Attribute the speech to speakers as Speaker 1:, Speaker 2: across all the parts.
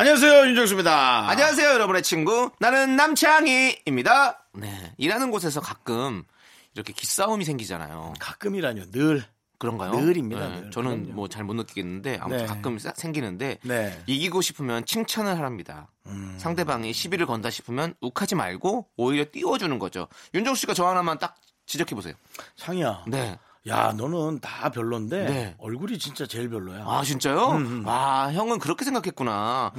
Speaker 1: 안녕하세요 윤정수입니다.
Speaker 2: 아. 안녕하세요, 여러분의 친구. 나는 남창희입니다. 네. 일하는 곳에서 가끔 이렇게 기싸움이 생기잖아요.
Speaker 1: 가끔이라뇨 늘.
Speaker 2: 그런가요?
Speaker 1: 늘입니다,
Speaker 2: 네,
Speaker 1: 늘.
Speaker 2: 저는
Speaker 1: 그럼요.
Speaker 2: 뭐 잘 못 느끼겠는데 아무튼
Speaker 1: 네.
Speaker 2: 가끔 싹 생기는데
Speaker 1: 네. 음.
Speaker 2: 이기고 싶으면 칭찬을 하랍니다. 상대방이 시비를 건다 싶으면 욱하지 말고 오히려 띄워주는 거죠. 윤정수 씨가 저 하나만 딱 지적해 보세요.
Speaker 1: 창희야.
Speaker 2: 네.
Speaker 1: 야 너는 다 별론데
Speaker 2: 네.
Speaker 1: 얼굴이 진짜 제일 별로야.
Speaker 2: 아
Speaker 1: 음,
Speaker 2: 진짜요? 아 형은 그렇게 생각했구나.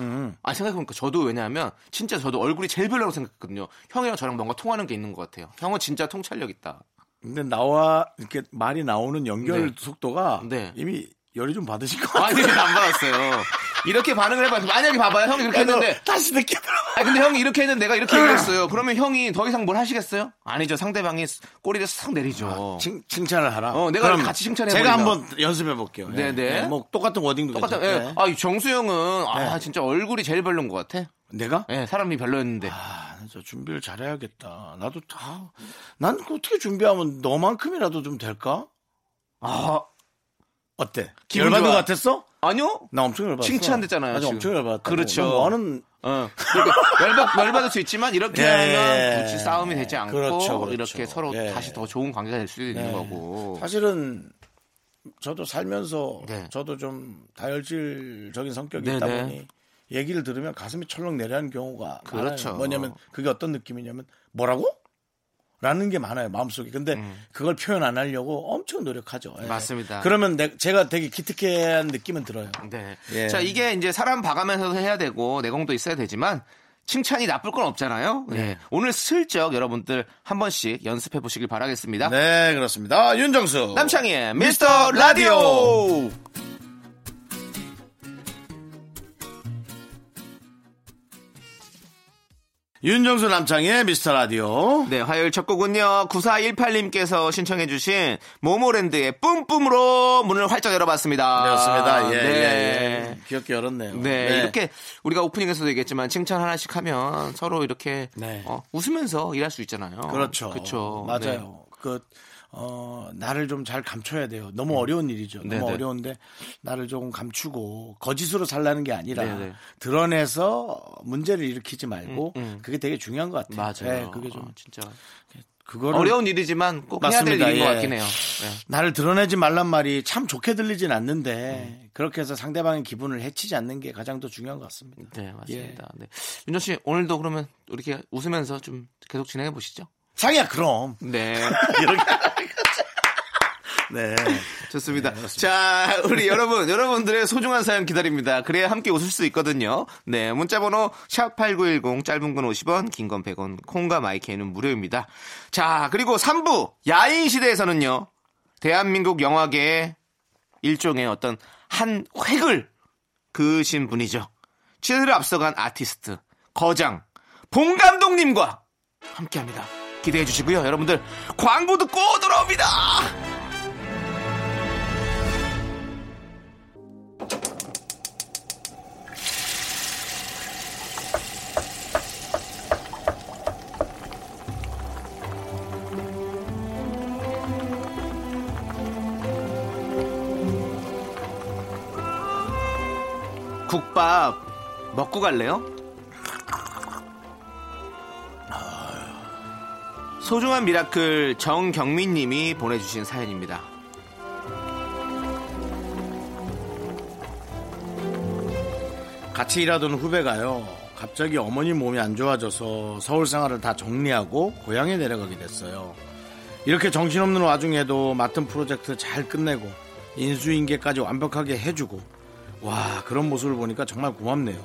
Speaker 2: 아 생각해보니까 저도 왜냐하면 진짜 저도 얼굴이 제일 별로라고 생각했거든요. 형이랑 저랑 뭔가 통하는 게 있는 것 같아요. 형은 진짜 통찰력 있다.
Speaker 1: 근데 나와 이렇게 말이 나오는 연결
Speaker 2: 네.
Speaker 1: 속도가
Speaker 2: 네.
Speaker 1: 이미 열이 좀 받으신 것
Speaker 2: 아니
Speaker 1: 같아요.
Speaker 2: 근데 안 받았어요. 이렇게 반응을 해봤는데 만약에 봐봐요 형이 이렇게 했는데
Speaker 1: 다시 느껴들어.
Speaker 2: 아 근데 형이 이렇게 했는데 내가 이렇게 얘기했어요. 그러면 형이 더 이상 뭘 하시겠어요? 아니죠. 상대방이 꼬리를 싹
Speaker 1: 아,
Speaker 2: 내리죠.
Speaker 1: 칭, 칭찬을 하라.
Speaker 2: 어, 내가
Speaker 1: 그럼
Speaker 2: 같이 칭찬해
Speaker 1: 제가
Speaker 2: 버린다.
Speaker 1: 한번 연습해 볼게요.
Speaker 2: 네, 네.
Speaker 1: 뭐 똑같은 워딩도
Speaker 2: 똑같아.
Speaker 1: 괜찮아요.
Speaker 2: 예. 아 정수 형은
Speaker 1: 네.
Speaker 2: 아 진짜 얼굴이 제일 별론 것 같아.
Speaker 1: 내가?
Speaker 2: 예, 사람이 별로였는데.
Speaker 1: 아, 저 준비를 잘해야겠다. 나도 다. 난그 어떻게 준비하면 너만큼이라도 좀 될까?
Speaker 2: 아
Speaker 1: 어때?
Speaker 2: 기분
Speaker 1: 열받은
Speaker 2: 좋아.
Speaker 1: 것 같았어?
Speaker 2: 아니요.
Speaker 1: 나 엄청 열받았어.
Speaker 2: 칭찬됐잖아요,
Speaker 1: 나
Speaker 2: 지금.
Speaker 1: 엄청 열받았다.
Speaker 2: 그렇죠.
Speaker 1: 너는
Speaker 2: 어. 그러니까 열받, 열받을 수 있지만 이렇게
Speaker 1: 예.
Speaker 2: 하면 굳이 싸움이 되지 않고
Speaker 1: 그렇죠, 그렇죠.
Speaker 2: 이렇게 서로
Speaker 1: 예.
Speaker 2: 다시 더 좋은 관계가 될 수도 있는
Speaker 1: 네.
Speaker 2: 거고.
Speaker 1: 사실은 저도 살면서
Speaker 2: 네.
Speaker 1: 저도 좀 다혈질적인 성격이
Speaker 2: 네,
Speaker 1: 있다
Speaker 2: 네.
Speaker 1: 보니 얘기를 들으면 가슴이 철렁 내려앉는 경우가
Speaker 2: 그렇죠.
Speaker 1: 많아요. 뭐냐면 그게 어떤 느낌이냐면 뭐라고? 라는 게 많아요 마음속에 근데 그걸 표현 안 하려고 엄청 노력하죠 예.
Speaker 2: 맞습니다.
Speaker 1: 그러면 내- 제가 되게 기특해한 느낌은 들어요
Speaker 2: 네.
Speaker 1: 예.
Speaker 2: 자, 이게 이제 사람 봐가면서도 해야 되고 내공도 있어야 되지만 칭찬이 나쁠 건 없잖아요.
Speaker 1: 네.
Speaker 2: 예. 오늘 슬쩍 여러분들 한 번씩 연습해 보시길 바라겠습니다.
Speaker 1: 네 그렇습니다 윤정수
Speaker 2: 남창희의 미스터 라디오!
Speaker 1: 윤정수 남창의 미스터 라디오
Speaker 2: 네, 화요일 첫 곡은요, 9418님께서 신청해주신 모모랜드의 뿜뿜으로 문을 활짝 열어봤습니다.
Speaker 1: 그렇습니다. 예,
Speaker 2: 네.
Speaker 1: 예, 예. 귀엽게 열었네요.
Speaker 2: 네, 이렇게 우리가 오프닝에서도 얘기했지만 칭찬 하나씩 하면 서로 이렇게
Speaker 1: 네.
Speaker 2: 어, 웃으면서 일할 수 있잖아요.
Speaker 1: 그렇죠.
Speaker 2: 그렇죠. 네.
Speaker 1: 맞아요. 그 어, 나를 좀 잘 감춰야 돼요. 너무 어려운 일이죠. 너무
Speaker 2: 음. 네네.
Speaker 1: 어려운데 나를 조금 감추고 거짓으로 살라는 게 아니라
Speaker 2: 네네. 음,
Speaker 1: 드러내서 문제를 일으키지 말고 그게 되게 중요한 것 같아요.
Speaker 2: 맞아요.
Speaker 1: 예, 그게 좀
Speaker 2: 어, 진짜
Speaker 1: 그거를
Speaker 2: 어려운 일이지만 꼭 해야
Speaker 1: 맞습니다.
Speaker 2: 될 일인 것
Speaker 1: 예.
Speaker 2: 같긴 해요. 네.
Speaker 1: 나를 드러내지 말란 말이 참 좋게 들리진 않는데
Speaker 2: 음.
Speaker 1: 그렇게 해서 상대방의 기분을 해치지 않는 게 가장 더 중요한 것 같습니다.
Speaker 2: 네, 맞습니다. 네. 윤정 씨 오늘도 그러면 이렇게 웃으면서 좀 계속 진행해 보시죠.
Speaker 1: 상이야 그럼.
Speaker 2: 네,
Speaker 1: 네.
Speaker 2: 좋습니다. 자, 우리 여러분, 여러분들의 소중한 사연 기다립니다. 그래야 함께 웃을 수 있거든요. 네, 문자번호 샵8910 짧은 건 50원, 긴 건 100원, 콩과 마이크는 무료입니다. 자, 그리고 3부 야인 시대에서는요. 대한민국 영화계의 일종의 어떤 한 획을 그으신 분이죠. 시대를 앞서간 아티스트 거장 봉 감독님과 함께합니다. 기대해 주시고요. 여러분들 광고 듣고 돌아옵니다. 국밥 먹고 갈래요? 소중한 미라클 정경민 님이 보내주신 사연입니다.
Speaker 1: 같이 일하던 후배가요. 갑자기 어머니 몸이 안 좋아져서 서울 생활을 다 정리하고 고향에 내려가게 됐어요. 이렇게 정신없는 와중에도 맡은 프로젝트 잘 끝내고 인수인계까지 완벽하게 해주고 와 그런 모습을 보니까 정말 고맙네요.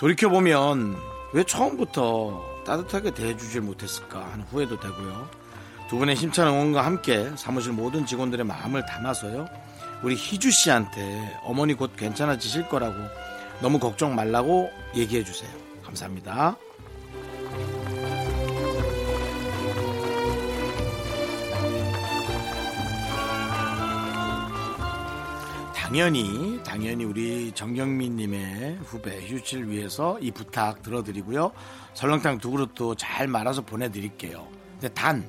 Speaker 1: 돌이켜보면 왜 처음부터 따뜻하게 대해주질 못했을까 하는 후회도 되고요. 두 분의 힘찬 응원과 함께 사무실 모든 직원들의 마음을 담아서요. 우리 희주 씨한테 어머니 곧 괜찮아지실 거라고 너무 걱정 말라고 얘기해 주세요. 감사합니다. 당연히 당연히 우리 정경민님의 후배 휴치를 위해서 이 부탁 들어드리고요. 설렁탕 두 그릇도 잘 말아서 보내드릴게요. 근데 단,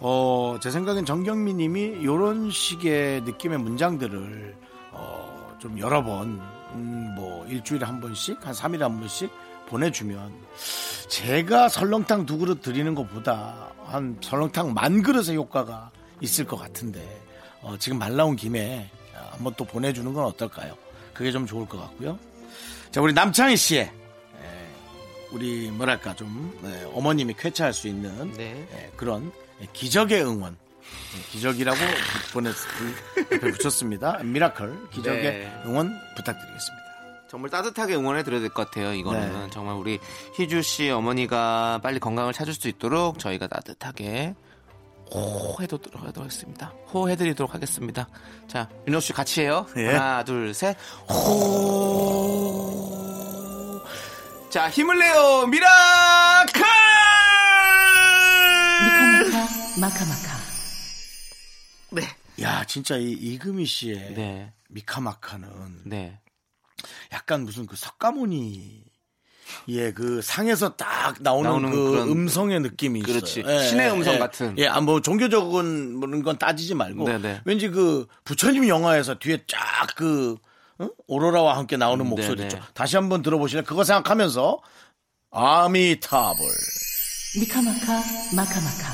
Speaker 1: 어, 제 생각엔 정경민님이 이런 식의 느낌의 문장들을 어, 좀 여러 번, 음, 뭐 일주일에 한 번씩, 한 3일에 한 번씩 보내주면 제가 설렁탕 두 그릇 드리는 것보다 한 설렁탕 만 그릇의 효과가 있을 것 같은데 어, 지금 말 나온 김에 한번 또 보내주는 건 어떨까요? 그게 좀 좋을 것 같고요. 자 우리 남창희 씨의 에, 우리 뭐랄까 좀 에, 어머님이 쾌차할 수 있는
Speaker 2: 네.
Speaker 1: 에, 그런 기적의 응원 예, 기적이라고 부- 보내 부- 옆에 붙였습니다. 미라클 기적의
Speaker 2: 네.
Speaker 1: 응원 부탁드리겠습니다.
Speaker 2: 정말 따뜻하게 응원해 드려야 될 것 같아요. 이거는
Speaker 1: 네.
Speaker 2: 정말 우리 희주 씨 어머니가 빨리 건강을 찾을 수 있도록 저희가 따뜻하게 호해도록 하겠습니다. 호해드리도록 하겠습니다. 자, 윤호 씨 같이 해요.
Speaker 1: 예.
Speaker 2: 하나, 둘, 셋. 호. 자, 힘을 내요, 미라클.
Speaker 3: 미카마카 마카마카
Speaker 2: 네,
Speaker 1: 야 진짜 이 이금희 씨의
Speaker 2: 네,
Speaker 1: 미카마카는
Speaker 2: 네.
Speaker 1: 약간 무슨 그 석가모니 예그 상에서 딱 나오는,
Speaker 2: 나오는
Speaker 1: 그
Speaker 2: 그런-
Speaker 1: 음성의 느낌이
Speaker 2: 그렇지.
Speaker 1: 있어요. 예,
Speaker 2: 신의 음성
Speaker 1: 예,
Speaker 2: 같은.
Speaker 1: 예, 아, 뭐 종교적인 그런 건 따지지 말고
Speaker 2: 네네.
Speaker 1: 왠지 그 부처님 영화에서 뒤에 쫙 그 오로라와 함께 나오는 목소리
Speaker 2: 음, 네네.
Speaker 1: 죠 다시 한번 들어보실래? 요 그거 생각하면서 아미타불
Speaker 3: 미카마카 마카마카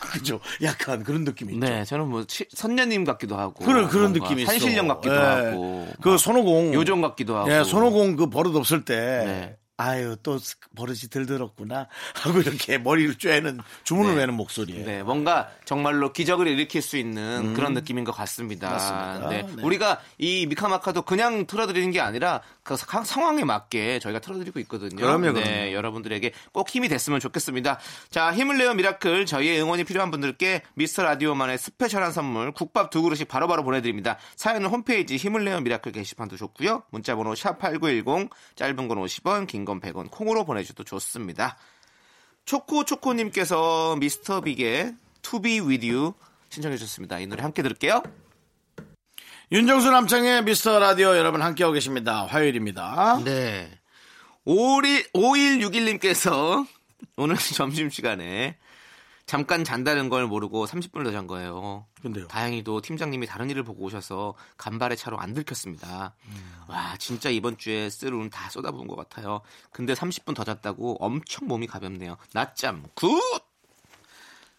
Speaker 1: 그죠? 약간 그런 느낌이 있죠.
Speaker 2: 네, 저는 뭐 치- 선녀님 같기도 하고
Speaker 1: 그런 그런
Speaker 2: 뭔가
Speaker 1: 느낌이 있어.
Speaker 2: 산신령 같기도
Speaker 1: 예.
Speaker 2: 하고
Speaker 1: 그 손오공
Speaker 2: 요정 같기도 하고.
Speaker 1: 예, 손오공 그 버릇 없을 때
Speaker 2: 아, 네.
Speaker 1: 아유 또 스- 버릇이 들들었구나 하고 이렇게 머리를 쬐는 주문을
Speaker 2: 네.
Speaker 1: 외는 목소리예요. 음.
Speaker 2: 네, 뭔가 정말로 기적을 일으킬 수 있는 그런 느낌인 것 같습니다.
Speaker 1: 맞습니다.
Speaker 2: 네,
Speaker 1: 네.
Speaker 2: 우리가 이 미카마카도 그냥 틀어드리는 게 아니라 그 상- 상황에 맞게 저희가 틀어드리고 있거든요.
Speaker 1: 그럼요,
Speaker 2: 네, 여러분들에게 꼭 힘이 됐으면 좋겠습니다. 자, 힘을 내요 미라클 저희의 응원이 필요한 분들께 미스터 라디오만의 스페셜한 선물 국밥 두 그릇씩 바로바로 보내드립니다. 사연은 홈페이지 힘을 내요 미라클 게시판도 좋고요. 문자번호 샵 #8910 짧은 건 50원, 긴 건 100원 콩으로 보내주셔도 좋습니다. 초코초코님께서 미스터빅의 To Be With You 신청해 주셨습니다. 이 노래 함께 들을게요.
Speaker 1: 윤정수 남창의 미스터 라디오 여러분 함께하고 계십니다. 화요일입니다.
Speaker 2: 네. 5161님께서 오늘 점심시간에 잠깐 잔다는 걸 모르고 30분을 더 잔 거예요.
Speaker 1: 근데요.
Speaker 2: 다행히도 팀장님이 다른 일을 보고 오셔서 간발의 차로 안 들켰습니다.
Speaker 1: 음.
Speaker 2: 와, 진짜 이번 주에 쓰루는 다 쏟아부은 것 같아요. 근데 30분 더 잤다고 엄청 몸이 가볍네요. 낮잠 굿!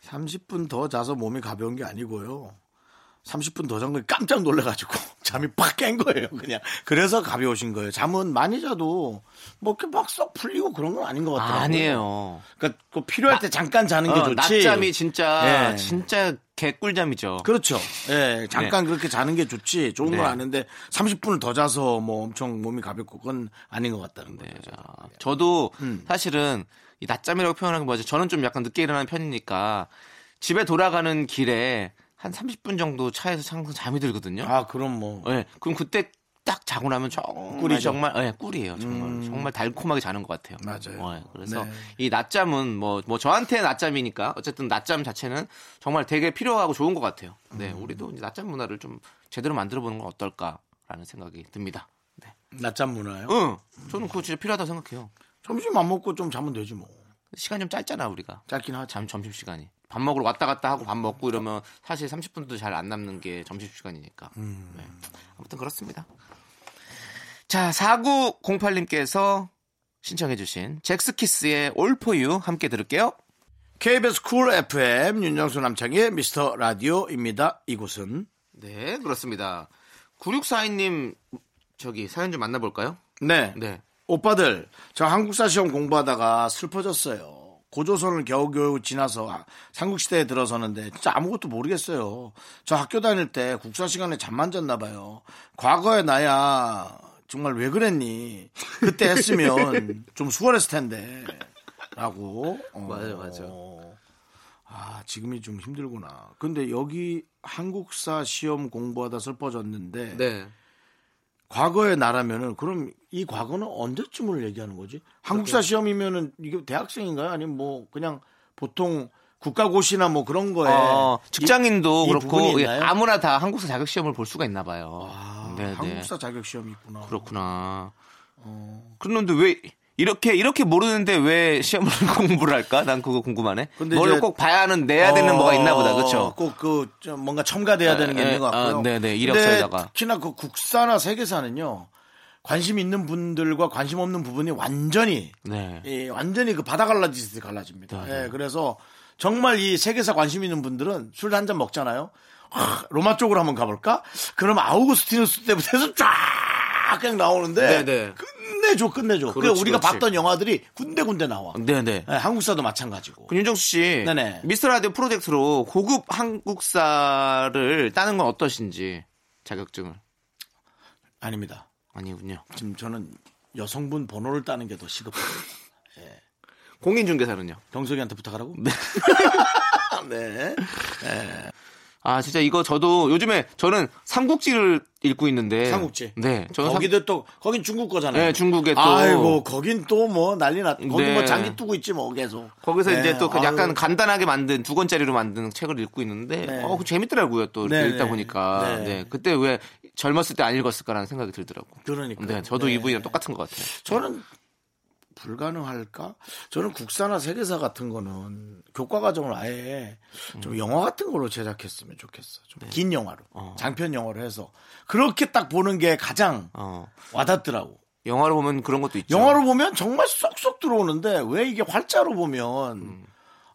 Speaker 1: 30분 더 자서 몸이 가벼운 게 아니고요. 30분 더 잔 거에 깜짝 놀래가지고 잠이 팍 깬 거예요. 그냥 그래서 가벼우신 거예요. 잠은 많이 자도 뭐 이렇게 막 썩 풀리고 그런 건 아닌 것 같아요.
Speaker 2: 아니에요.
Speaker 1: 그러니까 그 필요할 때 잠깐 자는 게
Speaker 2: 어,
Speaker 1: 좋지.
Speaker 2: 낮잠이 진짜
Speaker 1: 예.
Speaker 2: 진짜 개꿀잠이죠.
Speaker 1: 그렇죠. 예, 잠깐 그렇게 자는 게 좋지. 좋은
Speaker 2: 네.
Speaker 1: 건 아는데 30분을 더 자서 뭐 엄청 몸이 가볍고 그건 아닌 것 같다는 거예요.
Speaker 2: 아, 저도
Speaker 1: 음.
Speaker 2: 사실은 이 낮잠이라고 표현하는 게 뭐지? 저는 좀 약간 늦게 일어나는 편이니까 집에 돌아가는 길에 한 30분 정도 차에서 항상 잠이 들거든요.
Speaker 1: 아, 그럼 뭐
Speaker 2: 예. 그럼 그때 딱 자고 나면 정말
Speaker 1: 꿀이죠. 음.
Speaker 2: 정말 예, 꿀이에요. 정말 정말 달콤하게 자는 것 같아요.
Speaker 1: 맞아요.
Speaker 2: 예, 그래서
Speaker 1: 네.
Speaker 2: 이 낮잠은 뭐 뭐 저한테 낮잠이니까 어쨌든 낮잠 자체는 정말 되게 필요하고 좋은 것 같아요. 네,
Speaker 1: 음.
Speaker 2: 우리도 이제 낮잠 문화를 좀 제대로 만들어 보는 건 어떨까라는 생각이 듭니다. 네.
Speaker 1: 낮잠 문화요.
Speaker 2: 응. 저는 그거 진짜 필요하다고 생각해요.
Speaker 1: 점심 안 먹고 좀 자면 되지 뭐.
Speaker 2: 시간 좀 짧잖아, 우리가.
Speaker 1: 짧긴 하지.
Speaker 2: 잠 점심 시간이. 밥 먹으러 왔다 갔다 하고 밥 먹고 이러면 사실 30분도 잘 안 남는 게 점심 시간이니까. 네. 아무튼 그렇습니다. 자, 4908님께서 신청해 주신 잭스키스의 올포유 함께 들을게요.
Speaker 1: KBS 쿨 FM 윤정수 남창의 미스터 라디오입니다. 이곳은
Speaker 2: 네, 그렇습니다. 9642님 저기 사연 좀 만나 볼까요?
Speaker 1: 네.
Speaker 2: 네.
Speaker 1: 오빠들 저 한국사 시험 공부하다가 슬퍼졌어요. 고조선을 겨우겨우 지나서 아- 삼국시대에 들어서는데 진짜 아무것도 모르겠어요. 저 학교 다닐 때 국사 시간에 잠만 잤나 봐요. 과거에 나야 정말 왜 그랬니? 그때 했으면 좀 수월했을 텐데. 라고. 어,
Speaker 2: 맞아, 맞아.
Speaker 1: 아, 지금이 좀 힘들구나. 근데 여기 한국사 시험 공부하다 슬퍼졌는데
Speaker 2: 네.
Speaker 1: 과거의 나라면은 그럼 이 과거는 언제쯤을 얘기하는 거지? 한국사 시험이면은 이게 대학생인가요? 아니면 뭐 그냥 보통 국가고시나 뭐 그런 거에
Speaker 2: 어, 직장인도
Speaker 1: 이 부분이
Speaker 2: 그렇고 예,
Speaker 1: 있나요?
Speaker 2: 아무나 다 한국사 자격 시험을 볼 수가 있나 봐요.
Speaker 1: 아,
Speaker 2: 네, 네.
Speaker 1: 한국사 자격 시험이 있구나.
Speaker 2: 그렇구나. 그런데 왜 이렇게 이렇게 모르는데 왜 시험을 공부를 할까? 난 그거 궁금하네.
Speaker 1: 근데
Speaker 2: 뭘
Speaker 1: 이제-
Speaker 2: 꼭 봐야 하는 내야 되는
Speaker 1: 어,
Speaker 2: 뭐가 있나 보다. 그렇죠?
Speaker 1: 꼭그 뭔가 첨가돼야 되는 게
Speaker 2: 에,
Speaker 1: 있는 것
Speaker 2: 아,
Speaker 1: 같고요.
Speaker 2: 네네,
Speaker 1: 근데
Speaker 2: 이력서에다가.
Speaker 1: 특히나 그 국사나 세계사는요. 관심 있는 분들과 관심 없는 부분이 완전히
Speaker 2: 네.
Speaker 1: 예, 완전히 그 바다 갈라지듯이
Speaker 2: 아,
Speaker 1: 갈라집니다. 예, 그래서 정말 이 세계사 관심 있는 분들은 술 한 잔 먹잖아요. 하, 로마 쪽으로 한번 가볼까? 그럼 아우구스티누스 때부터 해서 쫙 그냥 나오는데
Speaker 2: 네네.
Speaker 1: 끝내줘, 끝내줘. 그래
Speaker 2: 그렇지, 음.
Speaker 1: 우리가
Speaker 2: 그렇지.
Speaker 1: 봤던 영화들이 군데군데 나와.
Speaker 2: 네네.
Speaker 1: 예, 한국사도 마찬가지고.
Speaker 2: 윤정수 씨,
Speaker 1: 네네.
Speaker 2: 미스터 라디오 프로젝트로 고급 한국사를 따는 건 어떠신지 자격증을
Speaker 1: 아닙니다.
Speaker 2: 아니군요.
Speaker 1: 지금 저는 여성분 번호를 따는 게 더 시급해요.
Speaker 2: 공인중개사는요.
Speaker 1: 경석이한테 부탁하라고? 네. 네.
Speaker 2: 아 진짜 이거 저도 요즘에 저는 삼국지를 읽고 있는데
Speaker 1: 삼국지.
Speaker 2: 네, 저는 삼-
Speaker 1: 거기도 또 거긴 중국 거잖아요.
Speaker 2: 네, 중국에 또-
Speaker 1: 아이고 거긴 또 뭐 난리 났. 거기
Speaker 2: 네.
Speaker 1: 뭐 장기 뜨고 있지 뭐 계속.
Speaker 2: 거기서
Speaker 1: 네,
Speaker 2: 이제 또그 약간
Speaker 1: 아유.
Speaker 2: 간단하게 만든 두 권짜리로 만든 책을 읽고 있는데
Speaker 1: 네.
Speaker 2: 어 그거 재밌더라고요 또 이렇게
Speaker 1: 네,
Speaker 2: 읽다
Speaker 1: 네.
Speaker 2: 보니까
Speaker 1: 네.
Speaker 2: 네. 그때 왜 젊었을 때 안 읽었을까라는 생각이 들더라고.
Speaker 1: 그러니까요.
Speaker 2: 네, 저도
Speaker 1: 네.
Speaker 2: 이분이랑 똑같은 것 같아요.
Speaker 1: 저는 불가능할까? 저는 국사나 세계사 같은 거는 교과 과정을 아예
Speaker 2: 음.
Speaker 1: 좀 영화 같은 걸로 제작했으면 좋겠어.
Speaker 2: 네.
Speaker 1: 좀 긴 영화로 장편 영화로 해서 그렇게 딱 보는 게 가장
Speaker 2: 어
Speaker 1: 와닿더라고.
Speaker 2: 영화로 보면 그런 것도 있죠.
Speaker 1: 영화로 보면 정말 쏙쏙 들어오는데 왜 이게 활자로 보면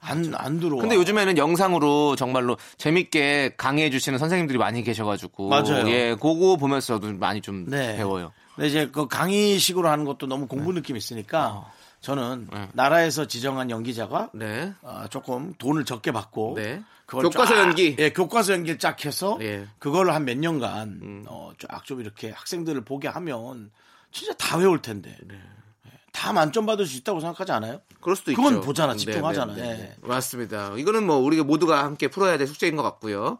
Speaker 1: 안 안 들어와.
Speaker 2: 음. 근데 요즘에는 영상으로 정말로 재밌게 강의해 주시는 선생님들이 많이 계셔가지고
Speaker 1: 맞아요.
Speaker 2: 예, 그거 보면서도 많이 좀
Speaker 1: 네.
Speaker 2: 배워요. 네.
Speaker 1: 근데 이제 그 강의식으로 하는 것도 너무 공부 느낌 이 있으니까 저는 나라에서 지정한 연기자가
Speaker 2: 어. 네.
Speaker 1: 아, 조금 돈을 적게 받고
Speaker 2: 네.
Speaker 1: 그걸
Speaker 2: 교과서
Speaker 1: 쫙,
Speaker 2: 연기.
Speaker 1: 예, 교과서 연기를 쫙 해서
Speaker 2: 예. 음.
Speaker 1: 그걸 한 몇 년간 어, 쫙 좀 이렇게 학생들을 보게 하면 진짜 다 외울 텐데
Speaker 2: 네.
Speaker 1: 예, 다 만점 받을 수 있다고 생각하지 않아요?
Speaker 2: 그럴 수도
Speaker 1: 그건
Speaker 2: 있죠.
Speaker 1: 보잖아,
Speaker 2: 네,
Speaker 1: 집중하잖아.
Speaker 2: 네, 네,
Speaker 1: 예.
Speaker 2: 네. 맞습니다. 이거는 뭐 우리가 모두가 함께 풀어야 될 숙제인 것 같고요.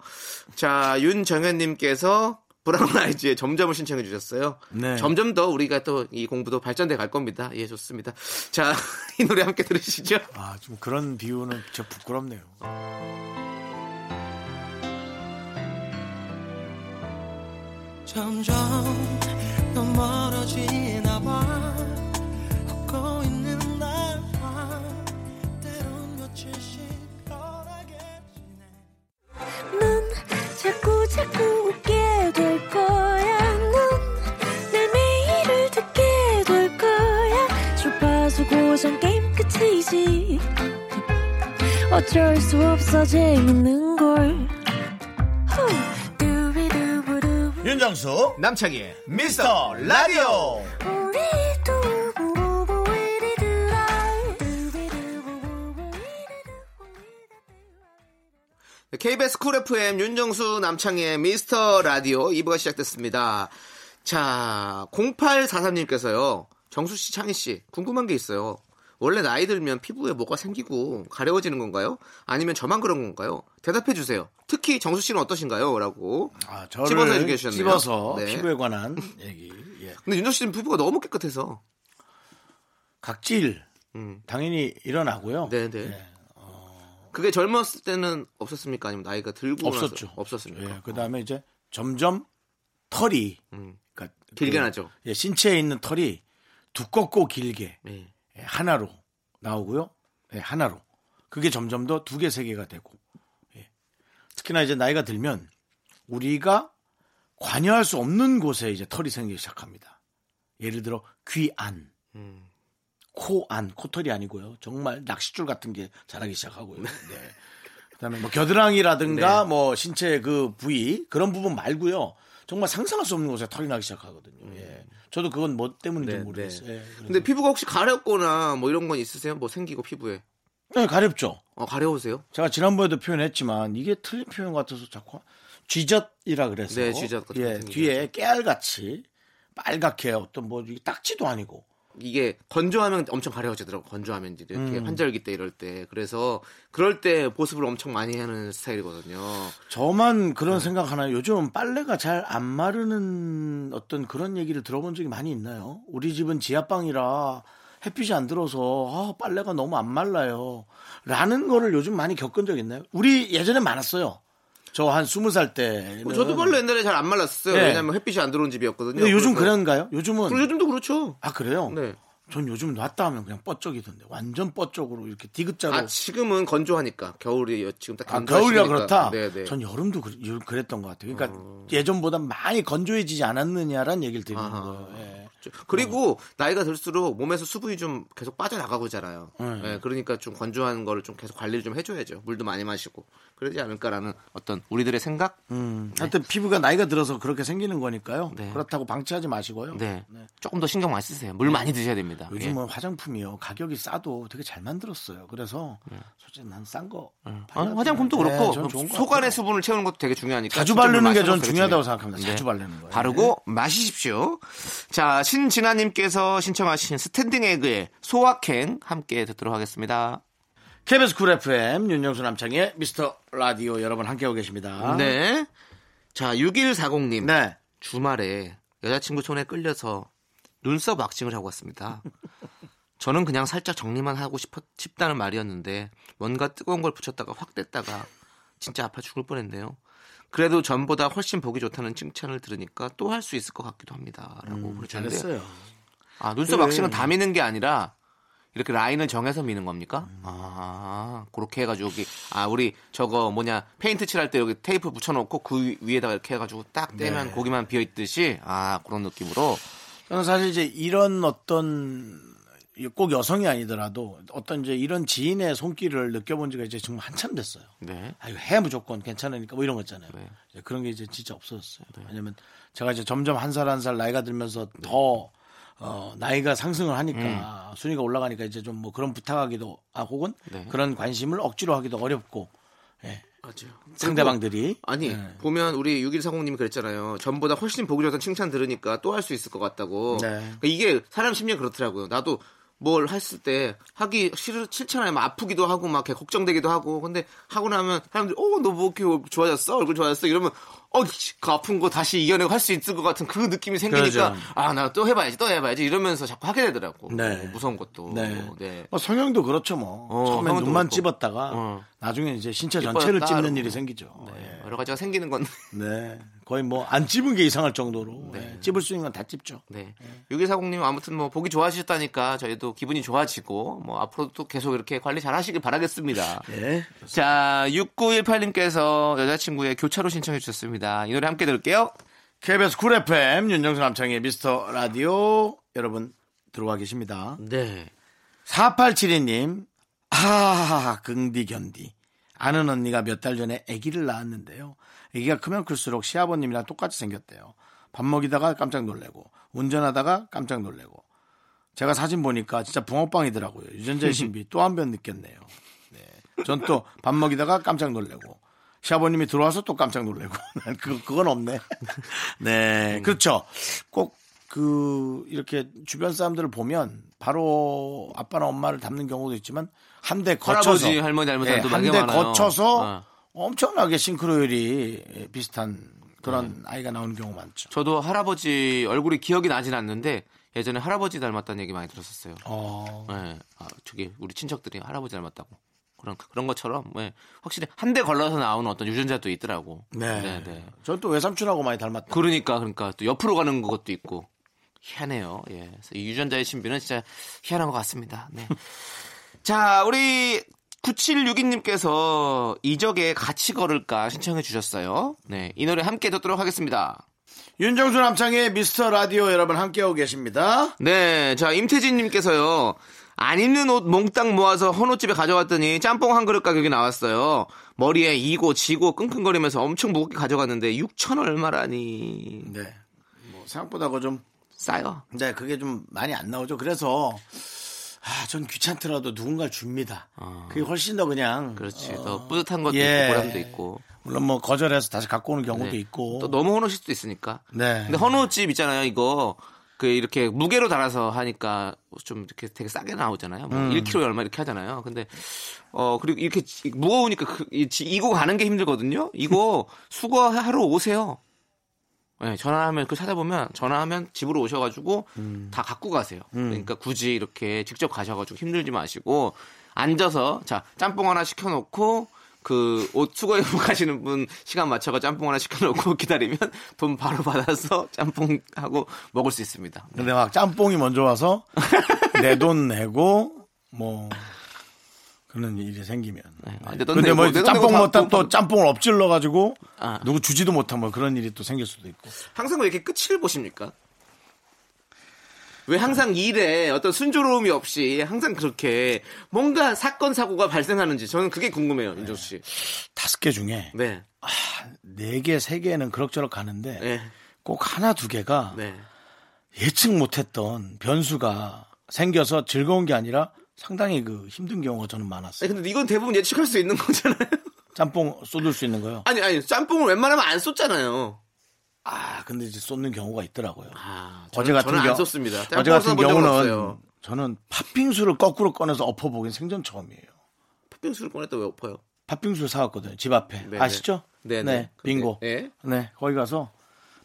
Speaker 2: 자, 윤정현님께서 브라운 아이즈의 점점을 신청해 주셨어요.
Speaker 1: 네.
Speaker 2: 점점 더 우리가 또 이 공부도 발전돼 갈 겁니다. 예, 좋습니다. 자, 이 노래 함께 들으시죠.
Speaker 1: 아, 좀 그런 비유는 저 부끄럽네요.
Speaker 4: 점점 더 멀어지나 봐 웃고 있는 날 때론 며칠씩 편하게 지내
Speaker 5: 넌 자꾸 자꾸 웃게 될 거야. 넌내 매일을 듣게 될 거야. 주파수 고정 게임 끝이지. 어쩔 수 없어 재밌는 걸. 후. 두비두부두.
Speaker 1: 윤정수 남창희 미스터 라디오
Speaker 5: 우리 두부부부 우리들아. 두비두부부부 우리들아.
Speaker 2: KBS 쿨 FM 윤정수 남창의 미스터 라디오 2부가 시작됐습니다. 자, 0843님께서요. 정수 씨, 창희 씨, 궁금한 게 있어요. 원래 나이 들면 피부에 뭐가 생기고 가려워지는 건가요? 아니면 저만 그런 건가요? 대답해 주세요. 특히 정수 씨는 어떠신가요? 라고.
Speaker 1: 아, 저를
Speaker 2: 집어서
Speaker 1: 집어서,
Speaker 2: 해주게 해주셨네요. 네.
Speaker 1: 피부에 관한 얘기. 예.
Speaker 2: 근데 윤정수 씨는 피부가 너무 깨끗해서.
Speaker 1: 각질
Speaker 2: 음.
Speaker 1: 당연히 일어나고요.
Speaker 2: 네, 네. 그게 젊었을 때는 없었습니까? 아니면 나이가 들고 나서
Speaker 1: 어.
Speaker 2: 어.
Speaker 1: 없었죠.
Speaker 2: 없었습니까?
Speaker 1: 예, 그다음에 이제 점점 털이 그러니까
Speaker 2: 음. 길게
Speaker 1: 그,
Speaker 2: 나죠.
Speaker 1: 예, 신체에 있는 털이 두껍고 길게
Speaker 2: 네.
Speaker 1: 예, 하나로 나오고요. 예, 하나로. 그게 점점 더 두 개, 세 개가 되고. 예. 특히나 이제 나이가 들면 우리가 관여할 수 없는 곳에 이제 털이 생기기 시작합니다. 예를 들어 귀 안,
Speaker 2: 음.
Speaker 1: 코 안, 코털이 아니고요. 정말 낚싯줄 같은 게 자라기 시작하고요. 네. 그다음에 뭐 겨드랑이라든가
Speaker 2: 네.
Speaker 1: 뭐 신체 그 부위 그런 부분 말고요. 정말 상상할 수 없는 곳에 털이 나기 시작하거든요. 예. 저도 그건 뭐 때문인지
Speaker 2: 음. 네,
Speaker 1: 모르겠어요.
Speaker 2: 네.
Speaker 1: 예, 그래서.
Speaker 2: 근데 피부가 혹시 가렵거나 뭐 이런 건 있으세요? 뭐 생기고 피부에.
Speaker 1: 네, 가렵죠.
Speaker 2: 어, 가려우세요?
Speaker 1: 제가 지난번에도 표현했지만 이게 틀린 표현 같아서 자꾸 쥐젖이라 그래서
Speaker 2: 네, 쥐젖 같은
Speaker 1: 예,
Speaker 2: 생긴
Speaker 1: 뒤에 깨알같이 빨갛게 어떤 뭐 이게 딱지도 아니고
Speaker 2: 이게 건조하면 엄청 가려워지더라고 건조하면 이제
Speaker 1: 음.
Speaker 2: 이렇게 환절기 때 이럴 때 그래서 그럴 때 보습을 엄청 많이 하는 스타일이거든요. 어,
Speaker 1: 저만 그런
Speaker 2: 네.
Speaker 1: 생각 하나요? 요즘 빨래가 잘 안 마르는 어떤 그런 얘기를 들어본 적이 많이 있나요? 우리 집은 지하방이라 햇빛이 안 들어서 아, 빨래가 너무 안 말라요. 라는 거를 요즘 많이 겪은 적 있나요? 우리 예전에 많았어요. 저 한 스무 살 때.
Speaker 2: 어, 저도 별로 옛날에 잘 안 말랐어요.
Speaker 1: 네.
Speaker 2: 왜냐하면 햇빛이 안 들어온 집이었거든요.
Speaker 1: 근데 요즘
Speaker 2: 그래서-
Speaker 1: 그런가요? 요즘은
Speaker 2: 그리고 요즘도 그렇죠.
Speaker 1: 아 그래요?
Speaker 2: 네.
Speaker 1: 전 요즘 놨다 하면 그냥 뻗쩍이던데 완전 뻗쩍으로 이렇게 디귿자로
Speaker 2: 아 지금은 건조하니까 겨울이 지금 딱
Speaker 1: 아, 겨울이라
Speaker 2: 시기니까.
Speaker 1: 그렇다.
Speaker 2: 네네. 어.
Speaker 1: 전 여름도 그, 랬던것 같아요. 그러니까 예전보다 많이 건조해지지 않았느냐라는 얘기를 드리는
Speaker 2: 아하. 네.
Speaker 1: 거예요. 예.
Speaker 2: 그리고 나이가 들수록 몸에서 수분이 좀 계속 빠져나가고잖아요.
Speaker 1: 음.
Speaker 2: 예, 그러니까 좀 건조한 거를 좀 계속 관리를 좀 해줘야죠. 물도 많이 마시고 그러지 않을까라는 어떤 우리들의 생각.
Speaker 1: 음, 하여튼 피부가 나이가 들어서 그렇게 생기는 거니까요.
Speaker 2: 네.
Speaker 1: 그렇다고 방치하지 마시고요.
Speaker 2: 네. 조금 더 신경 많이 쓰세요. 물 많이 드셔야 됩니다.
Speaker 1: 네.
Speaker 2: 예.
Speaker 1: 요즘은 뭐 화장품이요. 가격이 싸도 되게 잘 만들었어요. 그래서 솔직히 난 싼 거.
Speaker 2: 예. 네. 아,
Speaker 1: 발라도
Speaker 2: 화장품도
Speaker 1: 네,
Speaker 2: 그렇고
Speaker 1: 전 좋은 것
Speaker 2: 속안의
Speaker 1: 같아요.
Speaker 2: 수분을 채우는 것도 되게 중요하니까
Speaker 1: 자주
Speaker 2: 진짜 물
Speaker 1: 바르는 게
Speaker 2: 마시는
Speaker 1: 전
Speaker 2: 것도 되게
Speaker 1: 중요하다고
Speaker 2: 중요해요. 네.
Speaker 1: 생각합니다. 자주 바르는 거예요.
Speaker 2: 바르고 마시십시오. 자, 신진아님께서 신청하신 스탠딩 에그의 소확행 함께 듣도록 하겠습니다.
Speaker 1: KBS 쿨 FM 윤정수 남창의 미스터 라디오 여러분 함께하고 계십니다.
Speaker 2: 네. 자, 6140님.
Speaker 1: 네.
Speaker 2: 주말에 여자친구 손에 끌려서 눈썹 왁싱을 하고 왔습니다. 저는 그냥 살짝 정리만 하고 싶었, 싶다는 말이었는데 뭔가 뜨거운 걸 붙였다가 확 뗐다가 진짜 아파 죽을 뻔했네요. 그래도 전보다 훨씬 보기 좋다는 칭찬을 들으니까 또 할 수 있을 것 같기도 합니다라고 그러셨는데
Speaker 1: 음, 잘했어요.
Speaker 2: 아 눈썹
Speaker 1: 예.
Speaker 2: 왁싱은 다 미는 게 아니라 이렇게 라인을 정해서 미는 겁니까? 아 그렇게 해가지고 여기 아 우리 저거 뭐냐 페인트 칠할 때 여기 테이프 붙여놓고 그 위- 위에다가 이렇게 해가지고 딱 떼면
Speaker 1: 네.
Speaker 2: 고기만 비어 있듯이 아 그런 느낌으로
Speaker 1: 저는 사실 이제 이런 어떤 꼭 여성이 아니더라도 어떤 이제 이런 지인의 손길을 느껴본 지가 이제 지금 한참 됐어요.
Speaker 2: 네.
Speaker 1: 아, 이거 해 무조건 괜찮으니까 뭐 이런 거 있잖아요.
Speaker 2: 네.
Speaker 1: 이제 그런 게 이제 진짜 없어졌어요. 왜냐면 제가 이제 점점 한 살 한 살 나이가 들면서
Speaker 2: 네.
Speaker 1: 더 어, 나이가 상승을 하니까 순위가 올라가니까 이제 좀 뭐 그런 부탁하기도 아 혹은
Speaker 2: 음. 네.
Speaker 1: 그런 관심을 억지로 하기도 어렵고
Speaker 2: 맞아요.
Speaker 1: 상대방들이
Speaker 2: 아니
Speaker 1: 네.
Speaker 2: 보면 우리 6140님이 그랬잖아요. 전보다 훨씬 보기 좋다는 칭찬 들으니까 또 할 수 있을 것 같다고.
Speaker 1: 네.
Speaker 2: 그러니까 이게 사람 심리가 그렇더라고요. 나도 뭘 했을 때 하기 싫, 싫잖아요. 막 아프기도 하고 막 이렇게 걱정되기도 하고. 근데 하고 나면 사람들이 어너뭐 이렇게 좋아졌어? 얼굴 좋아졌어? 이러면 어그 아픈 거 다시 이겨내고 할 수 있을 것 같은 그 느낌이 생기니까
Speaker 1: 그러죠.
Speaker 2: 아 나 또 해봐야지 또 해봐야지 이러면서 자꾸 하게 되더라고.
Speaker 1: 네.
Speaker 2: 무서운 것도.
Speaker 1: 네.
Speaker 2: 네.
Speaker 1: 뭐 성형도 그렇죠 뭐.
Speaker 2: 어,
Speaker 1: 처음에
Speaker 2: 성형도
Speaker 1: 눈만
Speaker 2: 그렇고.
Speaker 1: 찝었다가
Speaker 2: 어.
Speaker 1: 나중에 이제 신체 전체를
Speaker 2: 이뻐졌다,
Speaker 1: 찝는
Speaker 2: 이러고.
Speaker 1: 일이 생기죠.
Speaker 2: 네.
Speaker 1: 예.
Speaker 2: 여러 가지가 생기는 건데.
Speaker 1: 네. 거의 뭐 안 찝은 게 이상할 정도로 예. 찝을 수 있는 건 다 찝죠.
Speaker 2: 네. 6140님 아무튼 뭐 보기 좋아하셨다니까 저희도 기분이 좋아지고 뭐 앞으로도 또 계속 이렇게 관리 잘 하시길 바라겠습니다.
Speaker 1: 예.
Speaker 2: 자, 6918님께서 여자친구의 교차로 신청해 주셨습니다. 이 노래 함께 들을게요.
Speaker 1: KBS 쿨 FM 윤정수 남창의 미스터 라디오 여러분 들어와 계십니다.
Speaker 2: 네.
Speaker 1: 4872님, 아, 긍디 견디. 아는 언니가 몇 달 전에 아기를 낳았는데요. 아기가 크면 클수록 시아버님이랑 똑같이 생겼대요. 밥 먹이다가 깜짝 놀래고, 운전하다가 깜짝 놀래고. 제가 사진 보니까 진짜 붕어빵이더라고요. 유전자의 신비 또 한 번 느꼈네요. 네. 전 또 밥 먹이다가 깜짝 놀래고. 시아버님이 들어와서 또 깜짝 놀래고. 난 그, 그건 없네.
Speaker 2: 음.
Speaker 1: 네. 그렇죠. 꼭 그 이렇게 주변 사람들을 보면 바로 아빠나 엄마를 닮는 경우도 있지만 한 대 거쳐서
Speaker 2: 할아버지, 할머니 닮은
Speaker 1: 예,
Speaker 2: 사람도 되게
Speaker 1: 한대
Speaker 2: 많아요.
Speaker 1: 거쳐서
Speaker 2: 어.
Speaker 1: 엄청나게 싱크로율이 비슷한
Speaker 2: 네.
Speaker 1: 그런 아이가 나오는 경우 많죠.
Speaker 2: 저도 할아버지 얼굴이 기억이 나진 않는데 예전에 할아버지 닮았다는 얘기 많이 들었었어요.
Speaker 1: 어.
Speaker 2: 네. 아, 저기 우리 친척들이 할아버지 닮았다고. 그런 그런 것처럼 네. 확실히 한 대 걸러서 나오는 어떤 유전자도 있더라고.
Speaker 1: 네.
Speaker 2: 네, 네.
Speaker 1: 저는 또 외삼촌하고 많이 닮았다.
Speaker 2: 그러니까 그러니까 또 옆으로 가는 것도 있고 희한해요. 예. 그래서 이 유전자의 신비는 진짜 희한한 것 같습니다. 네. 자, 우리 9762님께서 이적에 같이 걸을까 신청해 주셨어요. 네. 이 노래 함께 듣도록 하겠습니다.
Speaker 1: 윤정수 남창의 미스터 라디오 여러분 함께하고 계십니다.
Speaker 2: 네. 자, 임태진님께서요. 안 입는 옷 몽땅 모아서 헌옷집에 가져갔더니 짬뽕 한 그릇 가격이 나왔어요. 머리에 이고 지고 끙끙거리면서 엄청 무겁게 가져갔는데 6천 얼마라니.
Speaker 1: 네. 뭐 생각보다 그좀
Speaker 2: 싸요.
Speaker 1: 네, 그게 좀 많이 안 나오죠. 그래서 아, 전 귀찮더라도 누군가를 줍니다. 그게 훨씬 더 그냥
Speaker 2: 아. 그렇지.
Speaker 1: 어,
Speaker 2: 더 뿌듯한 것도
Speaker 1: 예.
Speaker 2: 있고 보람도 있고.
Speaker 1: 물론 뭐 거절해서 다시 갖고 오는 경우도
Speaker 2: 네.
Speaker 1: 있고
Speaker 2: 또 너무 헌옷일 수도 있으니까.
Speaker 1: 네.
Speaker 2: 근데 헌옷집 있잖아요. 이거 그 이렇게 무게로 달아서 하니까 좀 이렇게 되게 싸게 나오잖아요.
Speaker 1: 음.
Speaker 2: 뭐 1kg 얼마 이렇게 하잖아요. 근데 어 그리고 이렇게 지- 무거우니까 그, 이, 지- 이거 가는 게 힘들거든요. 이거 수거하러 오세요. 예, 전화하면 그 찾아보면 전화하면 집으로 오셔가지고
Speaker 1: 음.
Speaker 2: 다 갖고 가세요. 그러니까 굳이 이렇게 직접 가셔가지고 힘들지 마시고 앉아서 자 짬뽕 하나 시켜놓고 그 옷 수거해 가시는 분 시간 맞춰가 짬뽕 하나 시켜놓고 기다리면 돈 바로 받아서 짬뽕 하고 먹을 수 있습니다.
Speaker 1: 근데 막 짬뽕이 먼저 와서 내 돈 내고 뭐 그런 일이 생기면.
Speaker 2: 네.
Speaker 1: 아니,
Speaker 2: 이제 돈
Speaker 1: 근데
Speaker 2: 내고,
Speaker 1: 뭐
Speaker 2: 내
Speaker 1: 짬뽕
Speaker 2: 돈 내고
Speaker 1: 먹다
Speaker 2: 밥
Speaker 1: 또
Speaker 2: 먹-
Speaker 1: 짬뽕을 엎질러 가지고
Speaker 2: 아.
Speaker 1: 누구 주지도 못한 뭐 그런 일이 또 생길 수도 있고.
Speaker 2: 항상 왜 이렇게 끝을 보십니까? 왜 항상 일에 어떤 순조로움이 없이 항상 그렇게 뭔가 사건 사고가 발생하는지 저는 그게 궁금해요, 윤정 씨.
Speaker 1: 다섯 개 중에
Speaker 2: 네,
Speaker 1: 네 개, 세 개는 그럭저럭 가는데
Speaker 2: 네,
Speaker 1: 꼭 하나 두 개가
Speaker 2: 네.
Speaker 1: 예측 못했던 변수가 생겨서 즐거운 게 아니라 상당히 그 힘든 경우가 저는 많았어요.
Speaker 2: 아니, 근데 이건 대부분 예측할 수 있는 거잖아요.
Speaker 1: 짬뽕 쏟을 수 있는 거요.
Speaker 2: 아니, 아니, 짬뽕을 웬만하면 안 쏟잖아요.
Speaker 1: 아, 근데 이제 쏟는 경우가 있더라고요.
Speaker 2: 아,
Speaker 1: 어제 같은
Speaker 2: 저는 안
Speaker 1: 경우-
Speaker 2: 썼습니다.
Speaker 1: 어제
Speaker 2: 짬뽕을
Speaker 1: 같은
Speaker 2: 써본 적은
Speaker 1: 경우는
Speaker 2: 없어요.
Speaker 1: 저는 팥빙수를 거꾸로 꺼내서 엎어보긴 생전 처음이에요.
Speaker 2: 팥빙수를 꺼냈다 왜 엎어요?
Speaker 1: 팥빙수 사왔거든요. 집 앞에
Speaker 2: 네네.
Speaker 1: 아시죠?
Speaker 2: 네네. 근데-
Speaker 1: 빙고.
Speaker 2: 예.
Speaker 1: 네, 거기 가서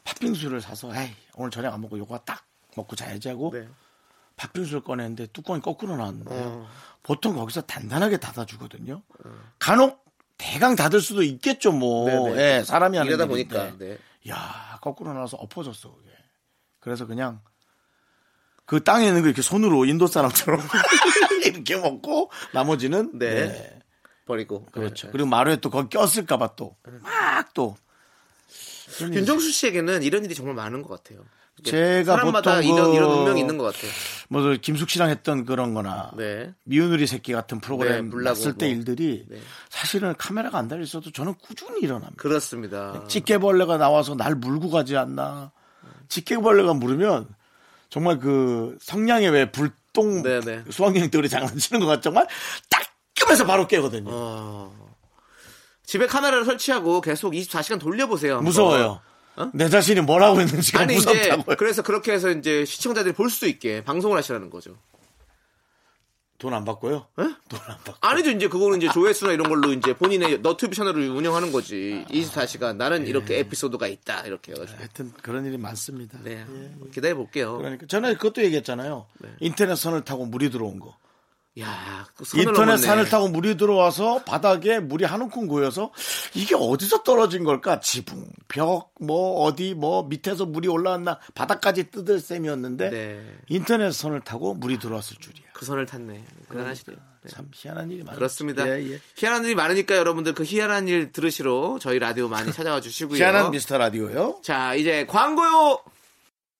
Speaker 1: 팥빙수를 사서 에이 오늘 저녁 안 먹고 요거 딱 먹고 자야지 하고
Speaker 2: 네.
Speaker 1: 팥빙수를 꺼냈는데 뚜껑이 거꾸로 나왔는데요. 보통 거기서 단단하게 닫아주거든요. 간혹 대강 닫을 수도 있겠죠, 뭐.
Speaker 2: 네. 네네.
Speaker 1: 예, 사람이 하는
Speaker 2: 이러다
Speaker 1: 일인데.
Speaker 2: 보니까. 네.
Speaker 1: 야 거꾸로 나와서 엎어졌어 그게. 그래서 그냥 그 땅에 있는 거 이렇게 손으로 인도 사람처럼 이렇게 먹고 나머지는
Speaker 2: 네. 버리고.
Speaker 1: 그렇죠. 그리고 마루에 또 거기 꼈을까봐
Speaker 2: 네.
Speaker 1: 또 막 또
Speaker 2: 윤정수 씨에게는 이런 일이 정말 많은 것 같아요.
Speaker 1: 음. 제가
Speaker 2: 사람마다
Speaker 1: 보통
Speaker 2: 이런,
Speaker 1: 그-
Speaker 2: 이런 운명이 있는 것 같아요.
Speaker 1: 뭐 김숙 씨랑 했던 그런 거나
Speaker 2: 네.
Speaker 1: 미운우리 새끼 같은 프로그램
Speaker 2: 네,
Speaker 1: 네,
Speaker 2: 불나고
Speaker 1: 났을 때
Speaker 2: 뭐.
Speaker 1: 일들이
Speaker 2: 네.
Speaker 1: 사실은 카메라가 안 달려 있어도 저는 꾸준히 일어납니다.
Speaker 2: 그렇습니다.
Speaker 1: 집게벌레가 나와서 날 물고 가지 않나. 집게벌레가 물으면 정말 그 성냥에 왜 불똥
Speaker 2: 네네.
Speaker 1: 수학여행들이 장난치는 것 같 정말 따끔해서 바로 깨거든요.
Speaker 2: 어. 집에 카메라를 설치하고 계속 24시간 돌려보세요. 한번.
Speaker 1: 무서워요. 내 자신이 뭘 하고 있는지가
Speaker 2: 어? 아니 이제
Speaker 1: 무섭다고요.
Speaker 2: 그래서 그렇게 해서 이제 시청자들이 볼 수 있게 방송을 하시라는 거죠.
Speaker 1: 돈 안 받고요.
Speaker 2: 네?
Speaker 1: 돈 안 받고.
Speaker 2: 아니죠 이제 그거는 이제 조회수나 이런 걸로 이제 본인의 너튜브 채널을 운영하는 거지. 24시간 나는
Speaker 1: 예.
Speaker 2: 이렇게 에피소드가 있다 이렇게 해가지고.
Speaker 1: 하여튼 그런 일이 많습니다.
Speaker 2: 네 기다려 볼게요.
Speaker 1: 예. 그러니까 전에 그것도 얘기했잖아요.
Speaker 2: 네.
Speaker 1: 인터넷 선을 타고 물이 들어온 거.
Speaker 2: 야 그 선을
Speaker 1: 인터넷
Speaker 2: 넘었네.
Speaker 1: 산을 타고 물이 들어와서 바닥에 물이 한 움큼 고여서 이게 어디서 떨어진 걸까? 지붕, 벽, 뭐 어디 뭐 밑에서 물이 올라왔나 바닥까지 뜯을 셈이었는데
Speaker 2: 네.
Speaker 1: 인터넷 선을 타고 물이 들어왔을 줄이야.
Speaker 2: 그 선을 탔네. 대단하시네요. 네.
Speaker 1: 참 희한한 일이 많아요.
Speaker 2: 그렇습니다.
Speaker 1: 예, 예.
Speaker 2: 희한한 일이 많으니까 여러분들 그 희한한 일 들으시러 저희 라디오 많이 찾아와 주시고요.
Speaker 1: 희한한 미스터 라디오요.
Speaker 2: 자 이제 광고요.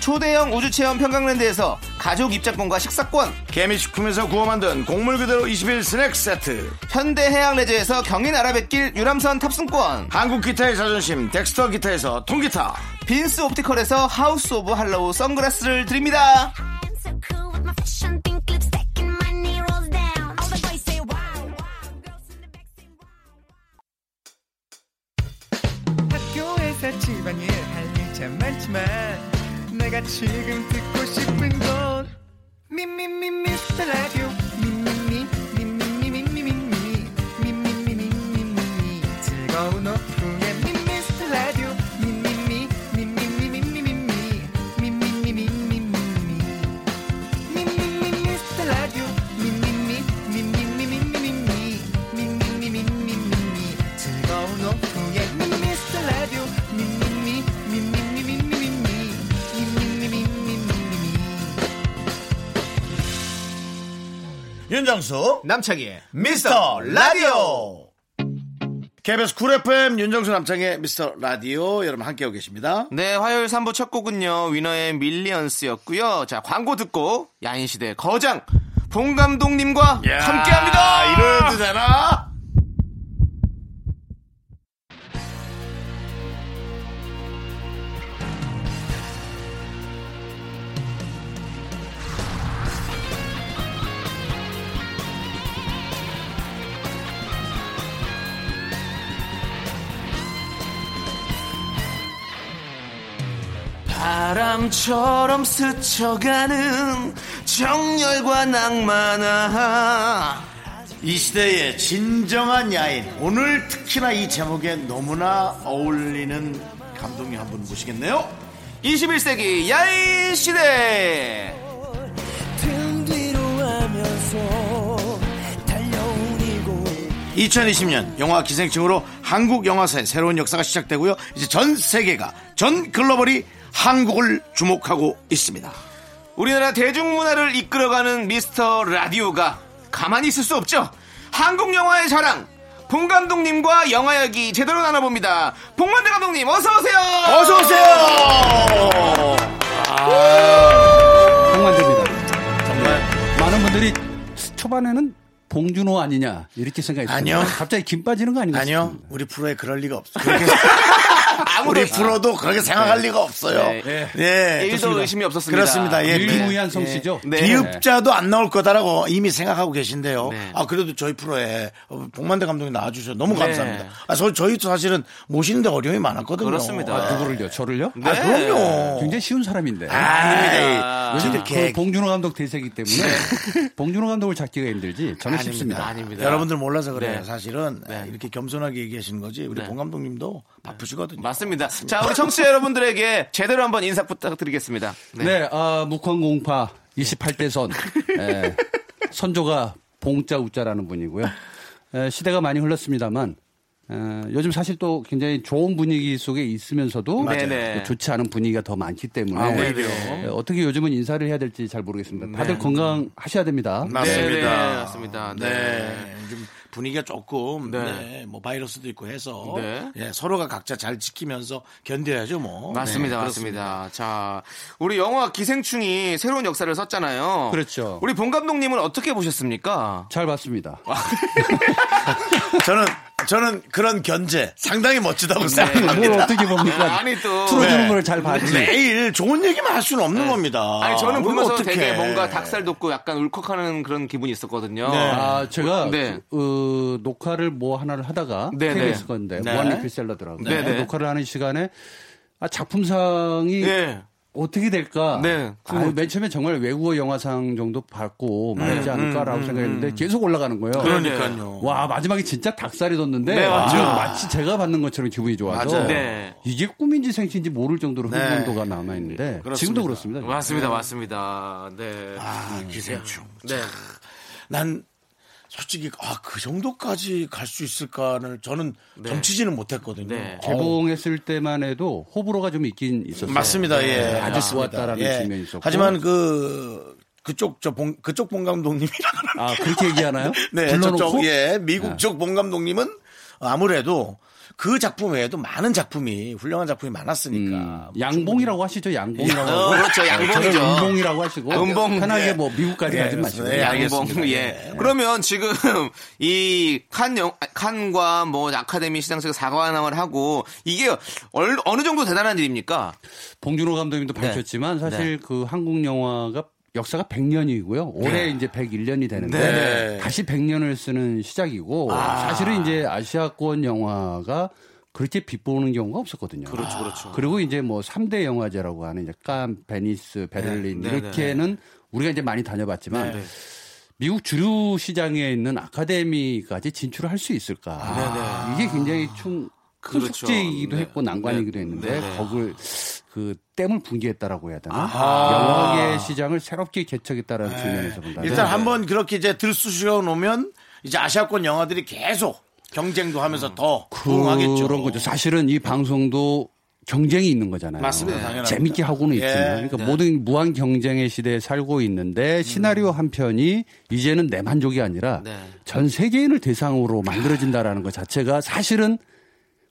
Speaker 2: 초대형 우주체험 평강랜드에서 가족 입장권과 식사권
Speaker 1: 개미식품에서 구워 만든 곡물 그대로 21 스낵 세트
Speaker 2: 현대해양레저에서 경인아라뱃길 유람선 탑승권
Speaker 1: 한국 기타의 자존심 덱스터 기타에서 통기타
Speaker 2: 빈스 옵티컬에서 하우스 오브 할로우 선글라스를 드립니다
Speaker 5: I am so cool with my fashion pink lipstick and my knee rolls down. All the boys say wow, wow. Girls in the back say wow.
Speaker 6: 학교에서 집안일 할 일 참 많지만 내가 지금 듣고 싶은 건 미미미 미스터 라디오 미미미 미미미 미미미 미미미 미미미 미미미 즐거운 오후에 미스터 라디오 미미미 미미미 미미미 미미미 미미미 미미미 미스터 라디오 미미미 미미미 미미미 미미미 미미미 즐거운 오후에 Mr. Radio. Mi, mi, mi, mi, mi, mi, mi, mi, mi, mi, mi, mi, mi, mi, mi, mi.
Speaker 1: 윤정수
Speaker 2: 남창희의
Speaker 1: 미스터 라디오 KBS 쿨 FM 윤정수 남창의 미스터 라디오 여러분 함께하고 계십니다.
Speaker 2: 네, 화요일 3부 첫 곡은요, 위너의 밀리언스였고요. 자, 광고 듣고, 야인시대 거장, 봉 감독님과 함께 합니다!
Speaker 1: 이래야 되잖아.
Speaker 2: 바람처럼 스쳐가는 정열과 낭만아.
Speaker 1: 이 시대의 진정한 야인 오늘 특히나 이 제목에 너무나 어울리는 감독님 한 분 모시겠네요.
Speaker 2: 21세기 야인 시대!
Speaker 4: 등 뒤로 하면서 달려온 이곳
Speaker 1: 2020년 영화 기생충으로 한국 영화사의 새로운 역사가 시작되고요. 이제 전 세계가 전 글로벌이 한국을 주목하고 있습니다.
Speaker 2: 우리나라 대중문화를 이끌어가는 미스터 라디오가 가만히 있을 수 없죠. 한국 영화의 자랑 봉 감독님과 영화 이야기 제대로 나눠봅니다. 봉만대 감독님 어서 오세요.
Speaker 1: 어서 오세요.
Speaker 7: 동반됩니다.
Speaker 1: 정말
Speaker 7: 많은 분들이 초반에는 봉준호 아니냐 이렇게 생각했어요.
Speaker 1: 아니요.
Speaker 7: 갑자기 김 빠지는 거 아닌가?
Speaker 1: 아니요,
Speaker 7: 싶습니다.
Speaker 1: 우리 프로에 그럴 리가 없어. 그렇게 우리 프로도 그렇게 생각할 리가 없어요.
Speaker 2: 네.
Speaker 1: 예,
Speaker 2: 일도
Speaker 1: 좋습니다.
Speaker 2: 의심이 없었습니다.
Speaker 1: 그렇습니다. 예, 비-
Speaker 7: 유일무이한 성씨죠.
Speaker 2: 네.
Speaker 1: 비읍자도 안 나올 거다라고 이미 생각하고 계신데요.
Speaker 2: 네.
Speaker 1: 아 그래도 저희 프로에 어, 복만대 감독이 나와주셔서 너무
Speaker 2: 네.
Speaker 1: 감사합니다. 아 저, 저희도 사실은 모시는데 어려움이 많았거든요.
Speaker 2: 그렇습니다. 네.
Speaker 1: 아, 누구-
Speaker 7: 누구를요? 저를요?
Speaker 1: 아, 그럼요.
Speaker 7: 굉장히 쉬운 사람인데.
Speaker 1: 아, 아닙니다.
Speaker 7: 요즘
Speaker 1: 저는
Speaker 7: 그
Speaker 1: 개-
Speaker 7: 봉준호 감독 대세기 때문에 봉준호 감독을 잡기가 힘들지 저는 쉽습니다.
Speaker 2: 아닙니다.
Speaker 1: 여러분들 몰라서 그래요. 사실은
Speaker 2: 네.
Speaker 1: 이렇게 겸손하게 얘기하시는 거지. 우리 봉 감독님도 바쁘시거든요.
Speaker 2: 맞습니다. 자 우리 청취자 여러분들에게 제대로 한번 인사 부탁드리겠습니다.
Speaker 7: 네, 아, 묵황공파 28대선
Speaker 2: 네.
Speaker 7: 예. 선조가 봉자 우자라는 분이고요. 에, 시대가 많이 흘렀습니다만 에, 요즘 사실 또 굉장히 좋은 분위기 속에 있으면서도
Speaker 2: 맞아요. 네네. 아,
Speaker 7: 또 좋지 않은 분위기가 더 많기 때문에
Speaker 2: 오히려.
Speaker 7: 에, 어떻게 요즘은 인사를 해야 될지 잘 모르겠습니다. 다들 건강하셔야 됩니다.
Speaker 2: 네, 네, 맞습니다. 네.
Speaker 1: 네. 좀 분위기가 조금 네. 뭐 바이러스도 있고 해서
Speaker 2: 네.
Speaker 1: 예, 서로가 각자 잘 지키면서 견뎌야죠 뭐.
Speaker 2: 어, 맞습니다,
Speaker 1: 네, 그렇습니다.
Speaker 2: 맞습니다. 자, 우리 영화 기생충이 새로운 역사를 썼잖아요.
Speaker 7: 그렇죠.
Speaker 2: 우리 봉 감독님은 어떻게 보셨습니까?
Speaker 7: 잘 봤습니다.
Speaker 2: 아,
Speaker 1: 저는 저는 그런 견제 상당히 멋지다고
Speaker 2: 네.
Speaker 1: 생각합니다.
Speaker 7: 뭘
Speaker 2: 뭐,
Speaker 7: 어떻게 봅니까?
Speaker 2: 아니, 또.
Speaker 7: 틀어주는
Speaker 1: 네.
Speaker 7: 걸 잘 봤지.
Speaker 1: 매일 좋은 얘기만 할 수는 없는 겁니다.
Speaker 2: 네. 아니 저는 보면서
Speaker 1: 어떡해.
Speaker 2: 되게 뭔가 닭살 돋고 약간 울컥하는 그런 기분이 있었거든요.
Speaker 1: 네.
Speaker 7: 아, 제가
Speaker 2: 네.
Speaker 7: 어, 녹화를 뭐 하나를 하다가
Speaker 2: 네,
Speaker 7: KBS
Speaker 2: 네.
Speaker 7: 건데
Speaker 1: 네.
Speaker 7: 무한리필 셀러더라고요.
Speaker 2: 네, 네.
Speaker 7: 녹화를 하는 시간에 아, 작품상이
Speaker 2: 네.
Speaker 7: 어떻게 될까?
Speaker 2: 네.
Speaker 7: 아, 맨 처음에 정말 외국어 영화상 정도 받고 말지 않을까라고 생각했는데 계속 올라가는 거예요.
Speaker 1: 그러니까요.
Speaker 7: 와 마지막에 진짜 닭살이 돋는데
Speaker 2: 네, 맞죠.
Speaker 7: 아, 마치 제가 받는 것처럼 기분이 좋아서
Speaker 1: 맞아요.
Speaker 2: 네.
Speaker 7: 이게 꿈인지 생신지 모를 정도로 흥분도가 남아 있는데 지금도 그렇습니다.
Speaker 2: 맞습니다, 맞습니다. 네.
Speaker 1: 네. 아, 기생충.
Speaker 2: 네.
Speaker 1: 난 솔직히 아 그 정도까지 갈 수 있을까를 저는
Speaker 7: 네.
Speaker 1: 점치지는 못했거든요.
Speaker 2: 네.
Speaker 1: 어우,
Speaker 7: 개봉했을 때만 해도 호불호가 좀 있긴 있었어요. 네,
Speaker 1: 맞습니다. 예.
Speaker 7: 아주 좋았다라는
Speaker 1: 예.
Speaker 7: 측면이 있었고.
Speaker 1: 하지만 그 그쪽 저 봉, 그쪽 봉 감독님이라는
Speaker 7: 아, 그렇게 얘기하나요?
Speaker 1: 네,
Speaker 7: 불러놓고? 네.
Speaker 1: 저쪽, 예, 미국 쪽 봉 감독님은 아무래도 그 작품 외에도 많은 작품이 훌륭한 작품이
Speaker 7: 음.
Speaker 1: 많았으니까.
Speaker 7: 양봉이라고 하시죠, 양봉이라고. 아,
Speaker 2: 어, 그렇죠, 양봉이죠.
Speaker 7: 저는 음봉이라고 하시고.
Speaker 2: 음봉,
Speaker 7: 편하게
Speaker 2: 예.
Speaker 7: 뭐 미국까지
Speaker 1: 예,
Speaker 7: 가지 마시고.
Speaker 1: 그렇습니다. 예,
Speaker 2: 양봉.
Speaker 1: 알겠습니다.
Speaker 2: 예.
Speaker 1: 예.
Speaker 2: 그러면 지금 이 칸 영, 칸과 뭐 아카데미 시상식 사관왕을 하고 이게 얼, 어느 정도 대단한 일입니까?
Speaker 7: 봉준호 감독님도
Speaker 1: 네.
Speaker 7: 밝혔지만 사실 그 한국 영화가 역사가 100년이고요. 올해 이제 101년이 되는데
Speaker 1: 네. 아.
Speaker 7: 다시 100년을 쓰는 시작이고 사실은 이제 아시아권 영화가 그렇게 빗보는 경우가 없었거든요. 그렇죠, 그렇죠.
Speaker 1: 아,
Speaker 7: 그리고 이제 뭐 3대 영화제라고 하는 이제 깐, 베니스, 베를린
Speaker 2: 네, 네,
Speaker 7: 이렇게는 우리가 이제 많이 다녀봤지만 미국 주류 시장에 있는 아카데미까지 진출을 할 수 있을까? 이게 굉장히 좀 큰
Speaker 2: 아. 네, 그렇죠.
Speaker 7: 숙제이기도
Speaker 2: 네.
Speaker 7: 했고 난관이기도 했는데
Speaker 2: 네, 네.
Speaker 7: 거글 그 댐을 붕괴했다라고 해야 되나?
Speaker 1: 아하.
Speaker 7: 영화계 시장을 새롭게 개척했다라는
Speaker 2: 네.
Speaker 7: 측면에서 본다면 네.
Speaker 1: 일단 한번 그렇게 이제 들쑤시어 놓으면 이제 아시아권
Speaker 7: 아,
Speaker 1: 영화들이 계속 경쟁도 하면서 더 부응하겠죠.
Speaker 7: 그런 거죠. 사실은 이 방송도 경쟁이 있는 거잖아요.
Speaker 1: 맞습니다. 당연합니다.
Speaker 7: 재밌게 하고는
Speaker 1: 예,
Speaker 7: 있지만 그러니까 모든 무한 경쟁의 시대에 살고 있는데
Speaker 1: 음.
Speaker 7: 시나리오 한 편이 이제는 내 만족이 아니라
Speaker 2: 네.
Speaker 7: 전 세계인을 대상으로 만들어진다라는 것 자체가 사실은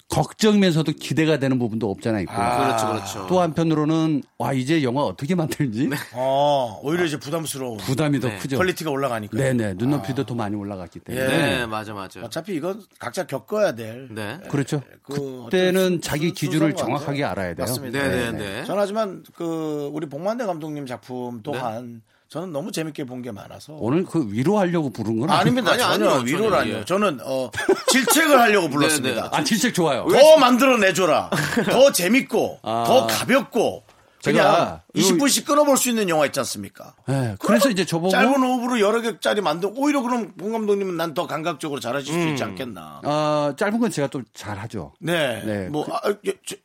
Speaker 7: 걱정이면서도 기대가 되는 부분도 없잖아 있고
Speaker 2: 그렇죠, 그렇죠.
Speaker 7: 또 한편으로는 와 이제 영화 어떻게 만들지
Speaker 1: 어, 오히려 이제 부담스러운
Speaker 7: 부담이 더 크죠.
Speaker 1: 네. 퀄리티가 올라가니까.
Speaker 7: 네네 눈높이도 더 많이 올라갔기 때문에
Speaker 1: 예.
Speaker 2: 네, 맞아, 맞아.
Speaker 1: 어차피 이건 각자 겪어야 될.
Speaker 2: 네.
Speaker 7: 그렇죠.
Speaker 1: 그
Speaker 7: 그때는
Speaker 1: 어떤
Speaker 7: 자기
Speaker 1: 순-
Speaker 7: 기준을
Speaker 1: 순서인 것
Speaker 7: 정확하게
Speaker 1: 같아요.
Speaker 7: 알아야 돼요.
Speaker 1: 맞습니다.
Speaker 2: 네, 네, 네.
Speaker 1: 전 하지만 그 우리 복만대 감독님 작품 또한 저는 너무 재밌게 본 게 많아서
Speaker 7: 네. 오늘 그 위로하려고 부른 건
Speaker 1: 아닙니다.
Speaker 2: 아니,
Speaker 1: 전혀
Speaker 2: 아니요,
Speaker 1: 위로라니요. 저는
Speaker 2: 저는, 예.
Speaker 1: 어, 질책을 하려고
Speaker 2: 네,
Speaker 1: 불렀습니다.
Speaker 7: 아 질책 좋아요.
Speaker 1: 더 만들어내줘라. 더 재밌고,
Speaker 7: 아.
Speaker 1: 더 가볍고. 그냥
Speaker 7: 제가
Speaker 1: 20분씩 끊어볼 수 있는 영화 있지 않습니까?
Speaker 7: 예, 그래서 이제 저보고
Speaker 1: 짧은 호흡으로 여러 개짜리 만들 오히려 그럼 봉 감독님은 난 더 감각적으로 잘하실
Speaker 7: 음.
Speaker 1: 수 있지 않겠나.
Speaker 7: 아, 짧은 건 제가 또 잘하죠.
Speaker 1: 네.
Speaker 7: 네.
Speaker 1: 뭐, 아, 예, 저,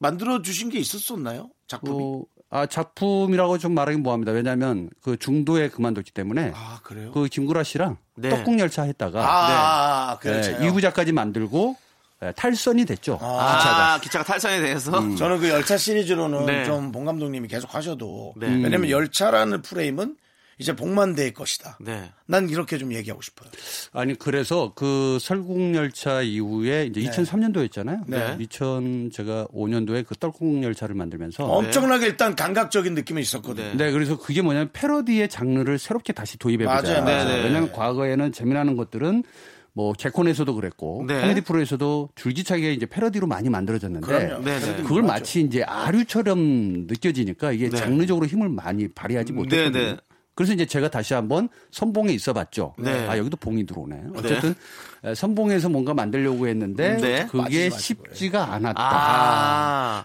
Speaker 1: 만들어주신 게 있었었나요? 작품이.
Speaker 7: 어, 아 작품이라고 좀 말하긴 뭐합니다. 왜냐하면 그 중도에 그만뒀기 때문에
Speaker 1: 아, 그래요?
Speaker 7: 그 김구라 씨랑
Speaker 2: 네.
Speaker 7: 떡국열차 했다가 예,
Speaker 1: 아, 그렇죠.
Speaker 7: 이부작까지 만들고 예, 탈선이 됐죠.
Speaker 2: 아,
Speaker 7: 기차가.
Speaker 2: 기차가, 탈선에 대해서.
Speaker 1: 저는 그 열차 시리즈로는
Speaker 2: 네.
Speaker 1: 좀 봉 감독님이 계속 하셔도
Speaker 2: 네.
Speaker 7: 음.
Speaker 1: 왜냐면 열차라는 프레임은 이제 복만대의 것이다.
Speaker 2: 네.
Speaker 1: 난 이렇게 좀 얘기하고 싶어요.
Speaker 7: 아니 그래서 그 설국열차 이후에
Speaker 1: 네.
Speaker 7: 이제 2003년도였잖아요.
Speaker 2: 네.
Speaker 7: 2000 제가 5년도에 그 떨국열차를 만들면서
Speaker 2: 어, 네.
Speaker 1: 엄청나게 일단 감각적인 느낌이 있었거든. 요
Speaker 7: 네, 그래서 그게 뭐냐면 패러디의 장르를 새롭게 다시 도입해
Speaker 1: 맞아요,
Speaker 7: 보자.
Speaker 1: 맞아요.
Speaker 2: 네네.
Speaker 7: 왜냐하면 과거에는 재미나는 것들은 뭐 개콘에서도 그랬고
Speaker 2: 네.
Speaker 7: 코미디 프로에서도 줄기차게 이제 패러디로 많이
Speaker 1: 그럼요.
Speaker 7: 만들어졌는데
Speaker 2: 네네.
Speaker 1: 패러디는
Speaker 7: 그걸
Speaker 1: 맞죠.
Speaker 7: 마치 이제 아류처럼 느껴지니까 이게 장르적으로 힘을 많이 발휘하지 못했거든요.
Speaker 2: 네. 음, 네네.
Speaker 7: 그래서 이제 제가 다시 한번 선봉에 있어봤죠.
Speaker 2: 네.
Speaker 7: 아 여기도 봉이 들어오네. 어쨌든 에, 선봉에서 뭔가 만들려고 했는데
Speaker 2: 네.
Speaker 1: 빠지지
Speaker 7: 그게
Speaker 1: 마시고요.
Speaker 7: 쉽지가 않았다.
Speaker 2: 아,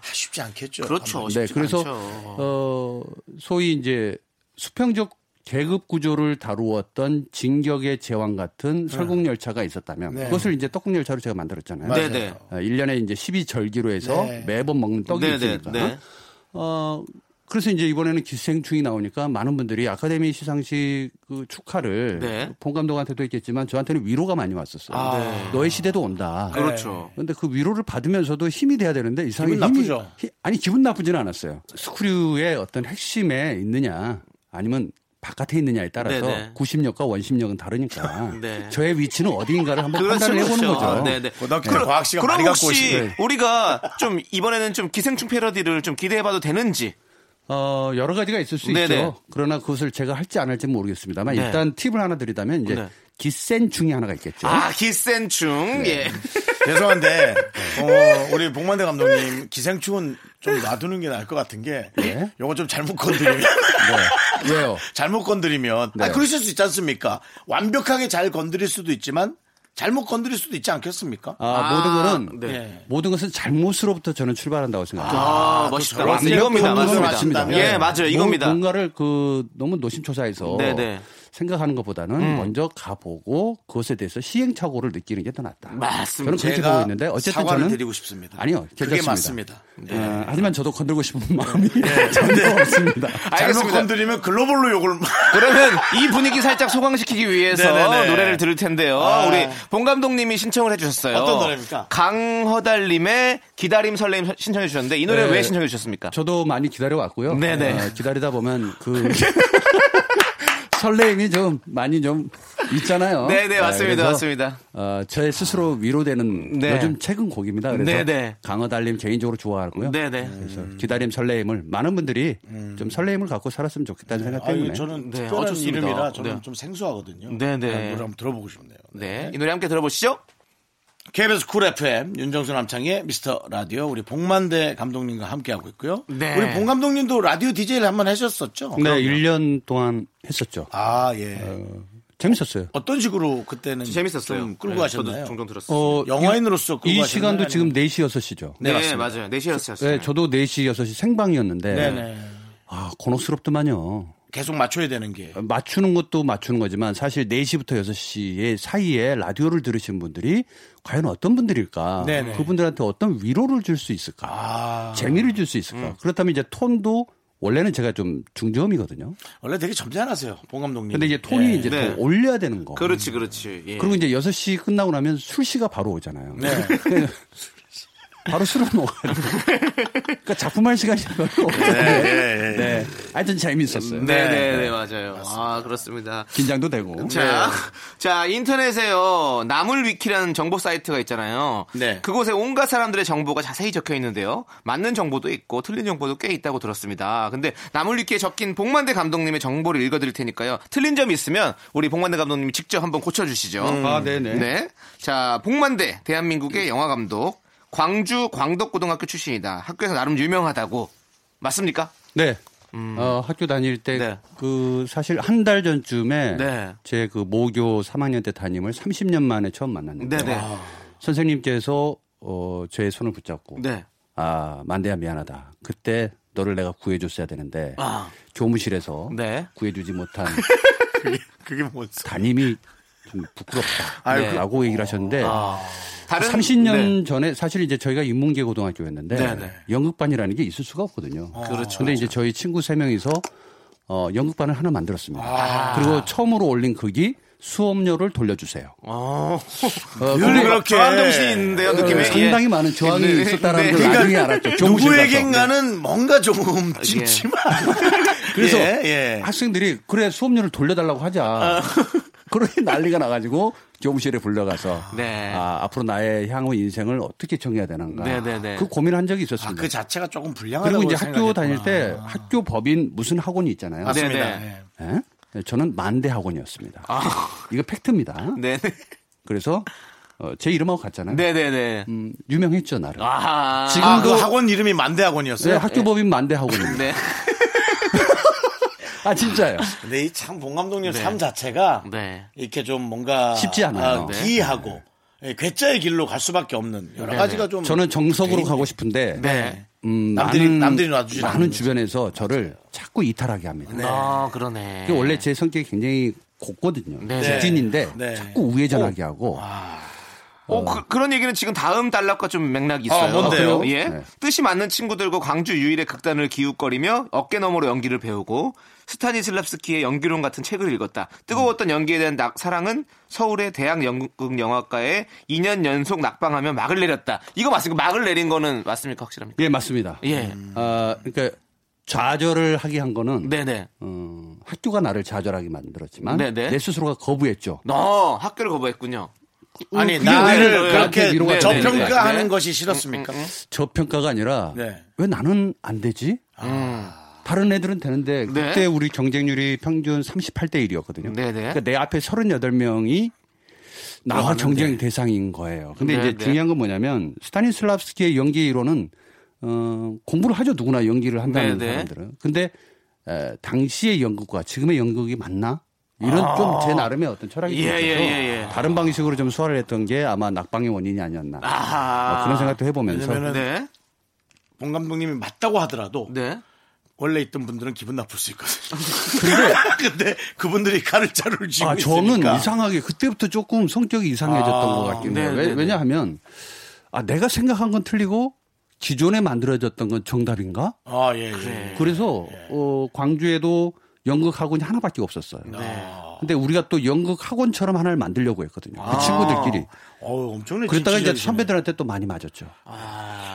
Speaker 1: 아, 쉽지 않겠죠.
Speaker 2: 그렇죠.
Speaker 1: 아무리.
Speaker 7: 네,
Speaker 2: 쉽지
Speaker 7: 그래서
Speaker 2: 않죠.
Speaker 7: 어 소위 이제 수평적 계급 구조를 다루었던 진격의 제왕
Speaker 2: 네.
Speaker 7: 같은 설국열차가 있었다면
Speaker 1: 네.
Speaker 7: 그것을 이제 떡국열차로 제가 만들었잖아요.
Speaker 1: 맞아요.
Speaker 2: 네네.
Speaker 7: 어, 1년에 이제 12절기로 해서
Speaker 1: 네.
Speaker 7: 매번 먹는 떡이
Speaker 2: 네네.
Speaker 7: 있으니까.
Speaker 2: 네.
Speaker 7: 어 그래서 이제 이번에는 기생충이 나오니까 많은 분들이 아카데미 시상식 그 축하를
Speaker 2: 네.
Speaker 7: 봉 감독한테도 했겠지만 저한테는 위로가 많이 왔었어요.
Speaker 2: 아, 네.
Speaker 7: 너의 시대도 온다.
Speaker 2: 그렇죠.
Speaker 7: 근데 그 위로를 받으면서도 힘이 돼야 되는데 이상하게
Speaker 1: 기분
Speaker 7: 힘이-
Speaker 1: 나쁘죠?
Speaker 7: 히- 아니 기분 나쁘지는 않았어요. 스크류의 어떤 핵심에 있느냐 아니면 바깥에 있느냐에 따라서
Speaker 2: 네네.
Speaker 7: 구심력과 원심력은 다르니까
Speaker 2: 네.
Speaker 7: 저의 위치는 어디인가를 한번
Speaker 2: 그렇죠.
Speaker 7: 뭐 판단을 해보는 거죠.
Speaker 2: 네네.
Speaker 1: 고등학교
Speaker 2: 그럼-
Speaker 1: 뭐 과학 시간
Speaker 2: 그럼
Speaker 1: 많이 갖고
Speaker 2: 혹시
Speaker 1: 오시네.
Speaker 2: 우리가 좀 이번에는 좀 기생충 패러디를 좀 기대해봐도 되는지.
Speaker 7: 어, 여러 가지가 있을 수
Speaker 2: 네네.
Speaker 7: 있죠. 그러나 그것을 제가 할지 안 할지 는 모르겠습니다만
Speaker 2: 네.
Speaker 7: 일단 팁을 하나 드리자면 이제
Speaker 2: 네.
Speaker 7: 기센충이 하나가 있겠죠.
Speaker 2: 아, 기생충. 예.
Speaker 1: 죄송한데 어, 우리 복만대 감독님 기생충은 좀 놔두는 게 나을 것 같은 게
Speaker 7: 네.
Speaker 1: 요거 좀 잘못 건드리면
Speaker 7: 네. 왜요?
Speaker 1: 잘못 건드리면 아
Speaker 7: 네.
Speaker 1: 그러실 수 있지 않습니까? 완벽하게 잘 건드릴 수도 있지만 잘못 건드릴 수도 있지 않겠습니까?
Speaker 7: 아, 모든 거는
Speaker 2: 네.
Speaker 1: 예.
Speaker 7: 모든 것은 잘못으로부터 저는 출발한다고 생각합니다.
Speaker 2: 아, 멋있다.
Speaker 1: 그렇죠.
Speaker 7: 예,
Speaker 2: 맞습니다. 이겁니다.
Speaker 1: 완벽한
Speaker 2: 맞습니다.
Speaker 1: 분석을 하신다면.
Speaker 2: 예, 맞아요.
Speaker 7: 뭐-
Speaker 2: 이겁니다.
Speaker 7: 뭔가를 그 너무 노심초사해서
Speaker 2: 네네. 음.
Speaker 7: 생각하는 것보다는 먼저 가보고 그것에 대해서 시행착오를 느끼는 게 더 낫다.
Speaker 2: 맞습니다.
Speaker 7: 저는 그렇게
Speaker 1: 제가
Speaker 7: 보고 있는데 어쨌든
Speaker 1: 사과를
Speaker 7: 저는
Speaker 1: 드리고 싶습니다.
Speaker 7: 아니요,
Speaker 1: 그게
Speaker 7: 괜찮습니다.
Speaker 1: 맞습니다. 네.
Speaker 2: 네.
Speaker 7: 어, 하지만 저도 건들고 싶은 마음이 전혀 없습니다.
Speaker 1: 잘못
Speaker 2: 알겠습니다.
Speaker 1: 건드리면 글로벌로 욕을
Speaker 7: 네.
Speaker 2: 그러면 이 분위기 살짝 소강시키기 위해서
Speaker 1: 네네네.
Speaker 2: 노래를 들을 텐데요.
Speaker 1: 아.
Speaker 2: 우리 봉 감독님이 신청을 해주셨어요.
Speaker 1: 어떤 노래입니까?
Speaker 2: 강허달님의 기다림 설렘 신청해 주셨는데 이 노래
Speaker 7: 네.
Speaker 2: 왜 신청해 주셨습니까?
Speaker 7: 저도 많이 기다려왔고요.
Speaker 2: 그러니까. 네네.
Speaker 7: 어, 기다리다 보면 그 설레임이 좀 많이 좀 있잖아요.
Speaker 2: 네네 맞습니다
Speaker 7: 그래서,
Speaker 2: 맞습니다.
Speaker 7: 어, 저의 스스로 위로되는
Speaker 2: 네.
Speaker 7: 요즘 최근 곡입니다. 그래서
Speaker 2: 네네.
Speaker 7: 강어달님 개인적으로 좋아하고요.
Speaker 2: 네네. 음.
Speaker 7: 그래서 기다림 설레임을 많은 분들이 좀 설레임을 갖고 살았으면 좋겠다는 생각
Speaker 1: 아,
Speaker 7: 때문에
Speaker 1: 이거 저는
Speaker 2: 네,
Speaker 1: 특별한
Speaker 2: 어쩌습니다.
Speaker 1: 이름이라 저는
Speaker 2: 네.
Speaker 1: 좀 생소하거든요.
Speaker 2: 네, 네.
Speaker 1: 노래 한번 들어보고 싶네요.
Speaker 2: 네. 이 노래 함께 들어보시죠.
Speaker 1: KBS 쿨 FM 윤정수 남창의 미스터 라디오 우리 복만대 감독님과 함께하고 있고요.
Speaker 2: 네.
Speaker 1: 우리 봉 감독님도 라디오 DJ를 한번 하셨었죠.
Speaker 7: 네, 어. 1년 동안 했었죠.
Speaker 1: 아 예.
Speaker 7: 재밌었어요.
Speaker 1: 어떤 식으로 그때는
Speaker 2: 재밌었어요.
Speaker 1: 좀 끌고
Speaker 2: 네,
Speaker 1: 가셨나요?
Speaker 2: 저도 종종 들었어요.
Speaker 7: 어,
Speaker 1: 영화인으로서
Speaker 7: 이,
Speaker 1: 끌고
Speaker 7: 이
Speaker 1: 가셨나요?
Speaker 7: 시간도
Speaker 1: 아니면-
Speaker 7: 지금 4시 6시죠.
Speaker 2: 네, 맞아요. 4시였어요.
Speaker 7: 네, 저도 4시 6시 생방이었는데
Speaker 1: 네네.
Speaker 7: 아, 곤혹스럽더만요.
Speaker 1: 계속 맞춰야 되는 게
Speaker 7: 맞추는 것도 맞추는 거지만 사실 4시부터 6시 사이에 라디오를 들으신 분들이 과연 어떤 분들일까?
Speaker 1: 네네.
Speaker 7: 그분들한테 어떤 위로를 줄 수 있을까?
Speaker 2: 아.
Speaker 7: 재미를 줄 수
Speaker 2: 음.
Speaker 7: 있을까? 그렇다면 이제 톤도 원래는 제가 좀 중저음이거든요.
Speaker 1: 원래 되게 점잖하세요, 봉 감독님.
Speaker 7: 근데 이제 톤이
Speaker 1: 예.
Speaker 7: 이제
Speaker 2: 네.
Speaker 7: 더 올려야 되는 거.
Speaker 2: 그렇지 그렇지. 예. 네.
Speaker 7: 그리고 이제 6시 끝나고 나면 술시가 바로 오잖아요.
Speaker 1: 네.
Speaker 7: 바로 술을 먹어야 돼. 그러니까 작품할 시간이 별로 없어요.
Speaker 1: 예,
Speaker 7: 네.
Speaker 1: 예, 예.
Speaker 7: 하여튼 재미있었어요.
Speaker 2: 네, 네, 네, 맞아요. 아, 그렇습니다.
Speaker 7: 긴장도 되고.
Speaker 2: 자, 자 인터넷에요 나물 위키라는 정보 사이트가 있잖아요.
Speaker 1: 네.
Speaker 2: 그곳에 온갖 사람들의 정보가 자세히 적혀 있는데요. 맞는 정보도 있고 틀린 정보도 꽤 있다고 들었습니다. 근데 나물 위키에 적힌 복만대 감독님의 정보를 읽어드릴 테니까요. 틀린 점이 있으면 우리 복만대 감독님이 직접 한번 고쳐주시죠.
Speaker 7: 아, 네네.
Speaker 2: 네. 자, 복만대 대한민국의 영화 감독 광주 광덕고등학교 출신이다. 학교에서 나름 유명하다고 맞습니까?
Speaker 7: 네.
Speaker 1: 음.
Speaker 7: 어, 학교 다닐 때,
Speaker 2: 네.
Speaker 7: 그, 사실 한 달 전쯤에,
Speaker 2: 네.
Speaker 7: 제 그 모교 3학년 때 담임을 30년 만에 처음 만났는데,
Speaker 2: 네네.
Speaker 7: 선생님께서, 어, 제 손을 붙잡고,
Speaker 2: 네.
Speaker 7: 아, 만대야 미안하다. 그때 너를 내가 구해줬어야 되는데,
Speaker 2: 아.
Speaker 7: 교무실에서
Speaker 2: 네.
Speaker 7: 구해주지 못한
Speaker 1: 그게 뭔 소리.
Speaker 7: 담임이 좀 부끄럽다.
Speaker 1: 아유,
Speaker 7: 라고 얘기를 하셨는데,
Speaker 2: 다른
Speaker 7: 아, 30년 전에 사실 이제 저희가 인문계 고등학교였는데
Speaker 2: 네. 네네.
Speaker 7: 연극반이라는 게 있을 수가 없거든요. 그렇죠. 근데 이제 저희 친구 세 명이서 어, 연극반을 하나 만들었습니다. 그리고 처음으로 올린 극이 수업료를 돌려주세요.
Speaker 2: 어,
Speaker 7: 어,
Speaker 1: 늘
Speaker 7: 근데
Speaker 1: 그렇게 네.
Speaker 2: 저항 정신이 있는데요,
Speaker 7: 그
Speaker 2: 느낌에.
Speaker 7: 상당히 많은 저항이
Speaker 2: 네,
Speaker 7: 있었다는
Speaker 2: 네.
Speaker 7: 걸 나중에 알았죠. 교무실 가서.
Speaker 1: 누구에겐가는 뭔가 조금 찜찜한.
Speaker 7: 네. 아, 그래서
Speaker 1: 예, 예.
Speaker 7: 학생들이 그래 수업료를 돌려달라고 하자. 그러니 난리가 나가지고 교무실에 불러가서
Speaker 2: 네.
Speaker 7: 아, 앞으로 나의 향후 인생을 어떻게 정해야 되는가
Speaker 2: 네, 네, 네.
Speaker 7: 그 고민을 한 적이
Speaker 1: 아,
Speaker 7: 있었습니다.
Speaker 1: 그 자체가 조금 불량하다고
Speaker 7: 그리고 이제 학교
Speaker 1: 생각했구나. 아.
Speaker 7: 다닐 때 학교 법인 무슨 학원이 있잖아요.
Speaker 1: 맞습니다.
Speaker 2: 네, 네.
Speaker 1: 예.
Speaker 7: 예? 네, 저는 만대 학원이었습니다.
Speaker 1: 아.
Speaker 7: 이거 팩트입니다.
Speaker 2: 네.
Speaker 7: 그래서 어, 제 이름하고 같잖아요.
Speaker 2: 네, 네, 네.
Speaker 7: 음, 유명했죠 나름.
Speaker 2: 아하.
Speaker 7: 지금
Speaker 1: 아, 그
Speaker 7: 지금도-
Speaker 1: 학원 이름이 만대
Speaker 7: 네,
Speaker 1: 학원이었어요.
Speaker 7: 학교 법인 만대 학원입니다.
Speaker 2: 네.
Speaker 1: 네.
Speaker 7: 아 진짜요.
Speaker 1: 근데 이 참 봉 감독님 삶 자체가
Speaker 2: 네.
Speaker 1: 이렇게 좀 뭔가
Speaker 7: 쉽지 않아요.
Speaker 1: 아,
Speaker 7: 네.
Speaker 1: 기이하고 예, 괴짜의 길로 갈 수밖에 없는 여러 가지가 좀
Speaker 7: 저는 정석으로
Speaker 1: 개인-
Speaker 7: 가고 싶은데
Speaker 2: 네.
Speaker 7: 음,
Speaker 1: 네. 남들이-
Speaker 7: 많은,
Speaker 1: 남들이 놔주진
Speaker 7: 많은
Speaker 1: 않는데.
Speaker 7: 주변에서 저를 자꾸 이탈하게 합니다.
Speaker 2: 아, 그러네.
Speaker 7: 이게 원래 제 성격이 굉장히 곱거든요.
Speaker 2: 네.
Speaker 7: 직진인데
Speaker 1: 네. 아.
Speaker 7: 자꾸 우회전하게 하고
Speaker 2: 어, 그, 런 얘기는 지금 다음 단락과 좀 맥락이 있어요.
Speaker 1: 아, 뭔데요?
Speaker 2: 어, 그래요? 예.
Speaker 7: 네.
Speaker 2: 뜻이 맞는 친구들과 광주 유일의 극단을 기웃거리며 어깨 너머로 연기를 배우고 스타니슬랍스키의 연기론 같은 책을 읽었다. 뜨거웠던 연기에 대한 낙, 사랑은 서울의 대학 연극 영화과에 2년 연속 낙방하며 막을 내렸다. 이거 맞습니까? 막을 내린 거는 맞습니까? 확실합니까?
Speaker 7: 예 맞습니다.
Speaker 2: 예.
Speaker 7: 아 그러니까 좌절을 하게 한 거는
Speaker 2: 네네.
Speaker 7: 어, 학교가 나를 좌절하게 만들었지만
Speaker 2: 네네.
Speaker 7: 내 스스로가 거부했죠.
Speaker 2: 너 학교를 거부했군요.
Speaker 1: 아니
Speaker 7: 그게
Speaker 1: 나를
Speaker 2: 왜
Speaker 1: 그렇게
Speaker 7: 나한테 위로가
Speaker 1: 네,
Speaker 7: 되는 거야?
Speaker 1: 저평가하는
Speaker 2: 네.
Speaker 1: 것이 싫었습니까?
Speaker 7: 저평가가 아니라
Speaker 1: 네.
Speaker 7: 왜 나는 안 되지? 다른 애들은 되는데
Speaker 2: 아. 네.
Speaker 7: 그때 우리 경쟁률이 평균 38대 1이었거든요.
Speaker 2: 네네.
Speaker 7: 그러니까 내 앞에 38명이 나와 경쟁 대상인 거예요. 근데
Speaker 2: 네,
Speaker 7: 이제
Speaker 2: 네.
Speaker 7: 중요한 건 뭐냐면 스타니슬랍스키의 연기 이론은 어, 공부를 하죠 누구나 연기를 한다는
Speaker 2: 네, 네.
Speaker 7: 사람들은. 근데 에, 당시의 연극과 지금의 연극이 맞나? 이런 좀 제 나름의 어떤 철학이
Speaker 2: 아. 예,
Speaker 7: 있어서
Speaker 2: 예, 예, 예.
Speaker 7: 다른 방식으로 좀 소화를 했던 게 아마 낙방의 원인이 아니었나
Speaker 2: 아하.
Speaker 7: 어, 그런 생각도 해보면서
Speaker 1: 왜냐면은
Speaker 2: 네.
Speaker 1: 봉 감독님이 맞다고 하더라도
Speaker 2: 네.
Speaker 1: 원래 있던 분들은 기분 나쁠 수 있거든요. 근데 그분들이 가를 자를 쥐고
Speaker 7: 아, 저는
Speaker 1: 있으니까. 아,
Speaker 7: 이상하게 그때부터 조금 성격이 이상해졌던 것 같긴 해요.
Speaker 2: 네네네.
Speaker 7: 왜, 냐하면 아, 내가 생각한 건 틀리고 기존에 만들어졌던 건 정답인가?
Speaker 1: 아, 예, 예.
Speaker 7: 그래서
Speaker 1: 네.
Speaker 7: 어, 광주에도 연극 학원이 하나밖에 없었어요.
Speaker 1: 아, 네.
Speaker 7: 근데 우리가 또 연극 학원처럼 하나를 만들려고 했거든요. 그 친구들끼리.
Speaker 1: 어우, 엄청나게
Speaker 7: 그랬다가 이제
Speaker 1: 아, 진취적이시네.
Speaker 7: 선배들한테 또 많이 맞았죠.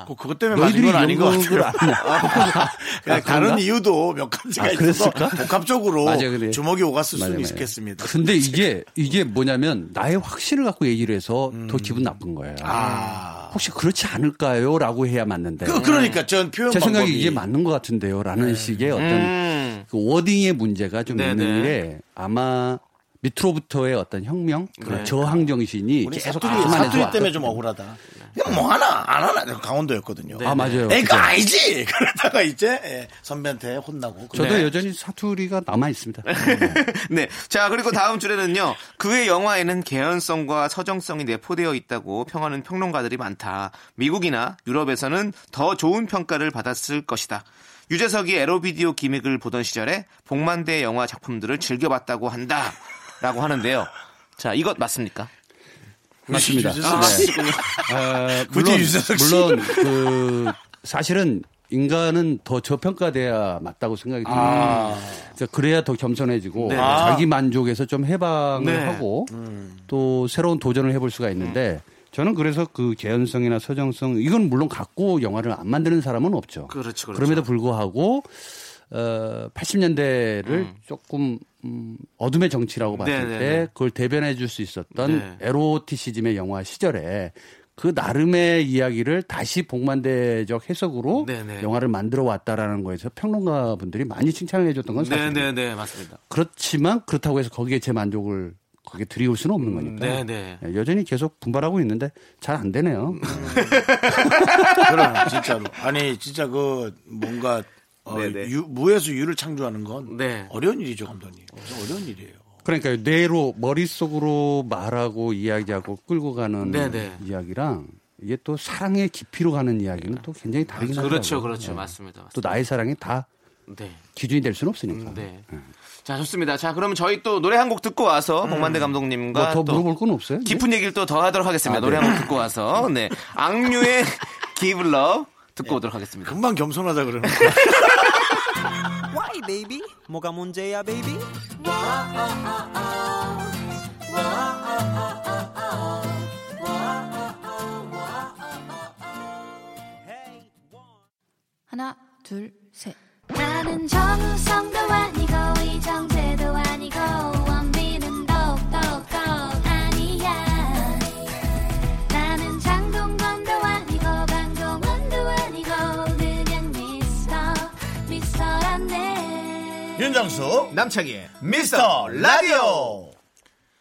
Speaker 1: 그- 그것 때문에 맞은
Speaker 7: 너희들이
Speaker 1: 건 아닌 것
Speaker 7: 연극을
Speaker 1: 같아요.
Speaker 7: 안 해.
Speaker 1: 그냥
Speaker 7: 아,
Speaker 1: 다른
Speaker 7: 그런가?
Speaker 1: 이유도 몇 가지가
Speaker 7: 아,
Speaker 1: 있어서
Speaker 7: 그랬을까?
Speaker 1: 복합적으로
Speaker 7: 맞아요, 그래요.
Speaker 1: 주먹이 오갔을
Speaker 7: 맞아요,
Speaker 1: 수는
Speaker 7: 맞아요.
Speaker 1: 있겠습니다.
Speaker 7: 근데 이게 이게 뭐냐면 나의 확신을 갖고 얘기를 해서
Speaker 1: 음.
Speaker 7: 더 기분 나쁜 거예요.
Speaker 1: 아,
Speaker 7: 혹시 그렇지 않을까요?라고 해야 맞는데
Speaker 1: 그, 그러니까 전 표현
Speaker 7: 네. 제 생각에
Speaker 1: 방법이 네.
Speaker 7: 이게 맞는 것 같은데요라는 식의 어떤
Speaker 2: 음.
Speaker 7: 그 워딩의 문제가 좀
Speaker 2: 네네.
Speaker 7: 있는 게 아마 밑으로부터의 어떤 혁명, 그런 저항 정신이
Speaker 1: 네. 우리
Speaker 7: 계속
Speaker 1: 사투리,
Speaker 7: 감안해서
Speaker 1: 사투리
Speaker 7: 왔거든요. 네.
Speaker 1: 때문에 좀 억울하다. 그냥 뭐 하나 안 하나 강원도였거든요.
Speaker 7: 아, 맞아요.
Speaker 1: 에이,
Speaker 7: 그죠.
Speaker 1: 그거 아니지. 그러다가 이제 예, 선배한테 혼나고.
Speaker 7: 저도
Speaker 1: 네.
Speaker 7: 여전히 사투리가 남아 있습니다.
Speaker 2: 네. 자, 그리고 다음 줄에는요. 그의 영화에는 개연성과 서정성이 내포되어 있다고 평하는 평론가들이 많다. 미국이나 유럽에서는 더 좋은 평가를 받았을 것이다. 유재석이 에로비디오 기믹을 보던 시절에 복만대 영화 작품들을 즐겨봤다고 한다. 라고 하는데요. 자, 이것 맞습니까?
Speaker 7: 맞습니다.
Speaker 1: 유재석
Speaker 7: 네.
Speaker 1: 씨군요.
Speaker 7: 아,
Speaker 1: 굳이
Speaker 7: 물론,
Speaker 1: 유재석 씨.
Speaker 7: 물론 그 사실은 인간은 더 저평가돼야 맞다고 생각이 듭니다.
Speaker 1: 아.
Speaker 7: 그래서 그래야 더 겸손해지고
Speaker 1: 네.
Speaker 7: 자기 만족에서 좀 해방을
Speaker 2: 네.
Speaker 1: 음.
Speaker 7: 하고 또 새로운 도전을 해볼 수가 있는데 저는 그래서 그 개연성이나 서정성 이건 물론 갖고 영화를 안 만드는 사람은 없죠.
Speaker 2: 그렇죠, 그렇죠.
Speaker 7: 럼에도 불구하고 어 80년대를 조금 음, 어둠의 정치라고 봤을
Speaker 2: 네, 네, 네.
Speaker 7: 때 그걸 대변해 줄 수 있었던
Speaker 2: 네.
Speaker 7: 에로티시즘의 영화 시절에 그 나름의 이야기를 다시 복만대적 해석으로
Speaker 2: 네, 네.
Speaker 7: 영화를 만들어 왔다라는 거에서 평론가 분들이 많이 칭찬해 줬던 건 사실이에요.
Speaker 2: 네네네 맞습니다.
Speaker 7: 그렇지만 그렇다고 해서 거기에 제 만족을 거기에 들이올 수는 없는 거니까.
Speaker 2: 음, 네네. 음.
Speaker 7: 예, 여전히 계속 분발하고 있는데 잘 안 되네요.
Speaker 1: 그럼 그러니까 진짜로. 아니 진짜 그 뭔가 어,
Speaker 2: 네네.
Speaker 1: 유- 무에서 유를 창조하는 건
Speaker 2: 네.
Speaker 1: 어려운 일이죠 감독님. 그래서 어려운 일이에요.
Speaker 7: 그러니까 뇌로 머릿속으로 말하고 이야기하고 끌고 가는
Speaker 2: 네네.
Speaker 7: 이야기랑 이게 또 사랑의 깊이로 가는 이야기는 네. 또 굉장히 다르긴 하죠.
Speaker 2: 그렇죠, 그렇죠, 맞습니다.
Speaker 7: 또 나의 사랑이 다
Speaker 2: 네.
Speaker 7: 기준이 될 수는
Speaker 1: 음,
Speaker 7: 없으니까. 뭐
Speaker 2: 네.
Speaker 7: 음.
Speaker 2: 자 좋습니다. 자 그러면 저희 또 노래 한 곡 듣고 와서 복만대
Speaker 7: 뭐
Speaker 1: 아,
Speaker 2: 감독님과
Speaker 7: 더
Speaker 2: 또
Speaker 7: 물어볼 아, 네. 건 없어요? 이제?
Speaker 2: 깊은 얘기를 또 더 하도록 하겠습니다. 노래 한 곡 듣고 와서 네 악뮤의 Give Love
Speaker 7: 네.
Speaker 2: 듣고 오도록 하겠습니다.
Speaker 1: 금방 겸손하자 그러는 거.
Speaker 4: Why baby? 뭐가 문제야 baby?
Speaker 3: 하나, 둘, 셋.
Speaker 5: 나는 정우성도 아니고 이정재도 아니고 원빈은 더욱더 아니야 나는 장동건도 아니고 강동원도 아니고 그냥 미스터 미스터란데
Speaker 1: 윤정수
Speaker 2: 남창희의
Speaker 1: 미스터 라디오.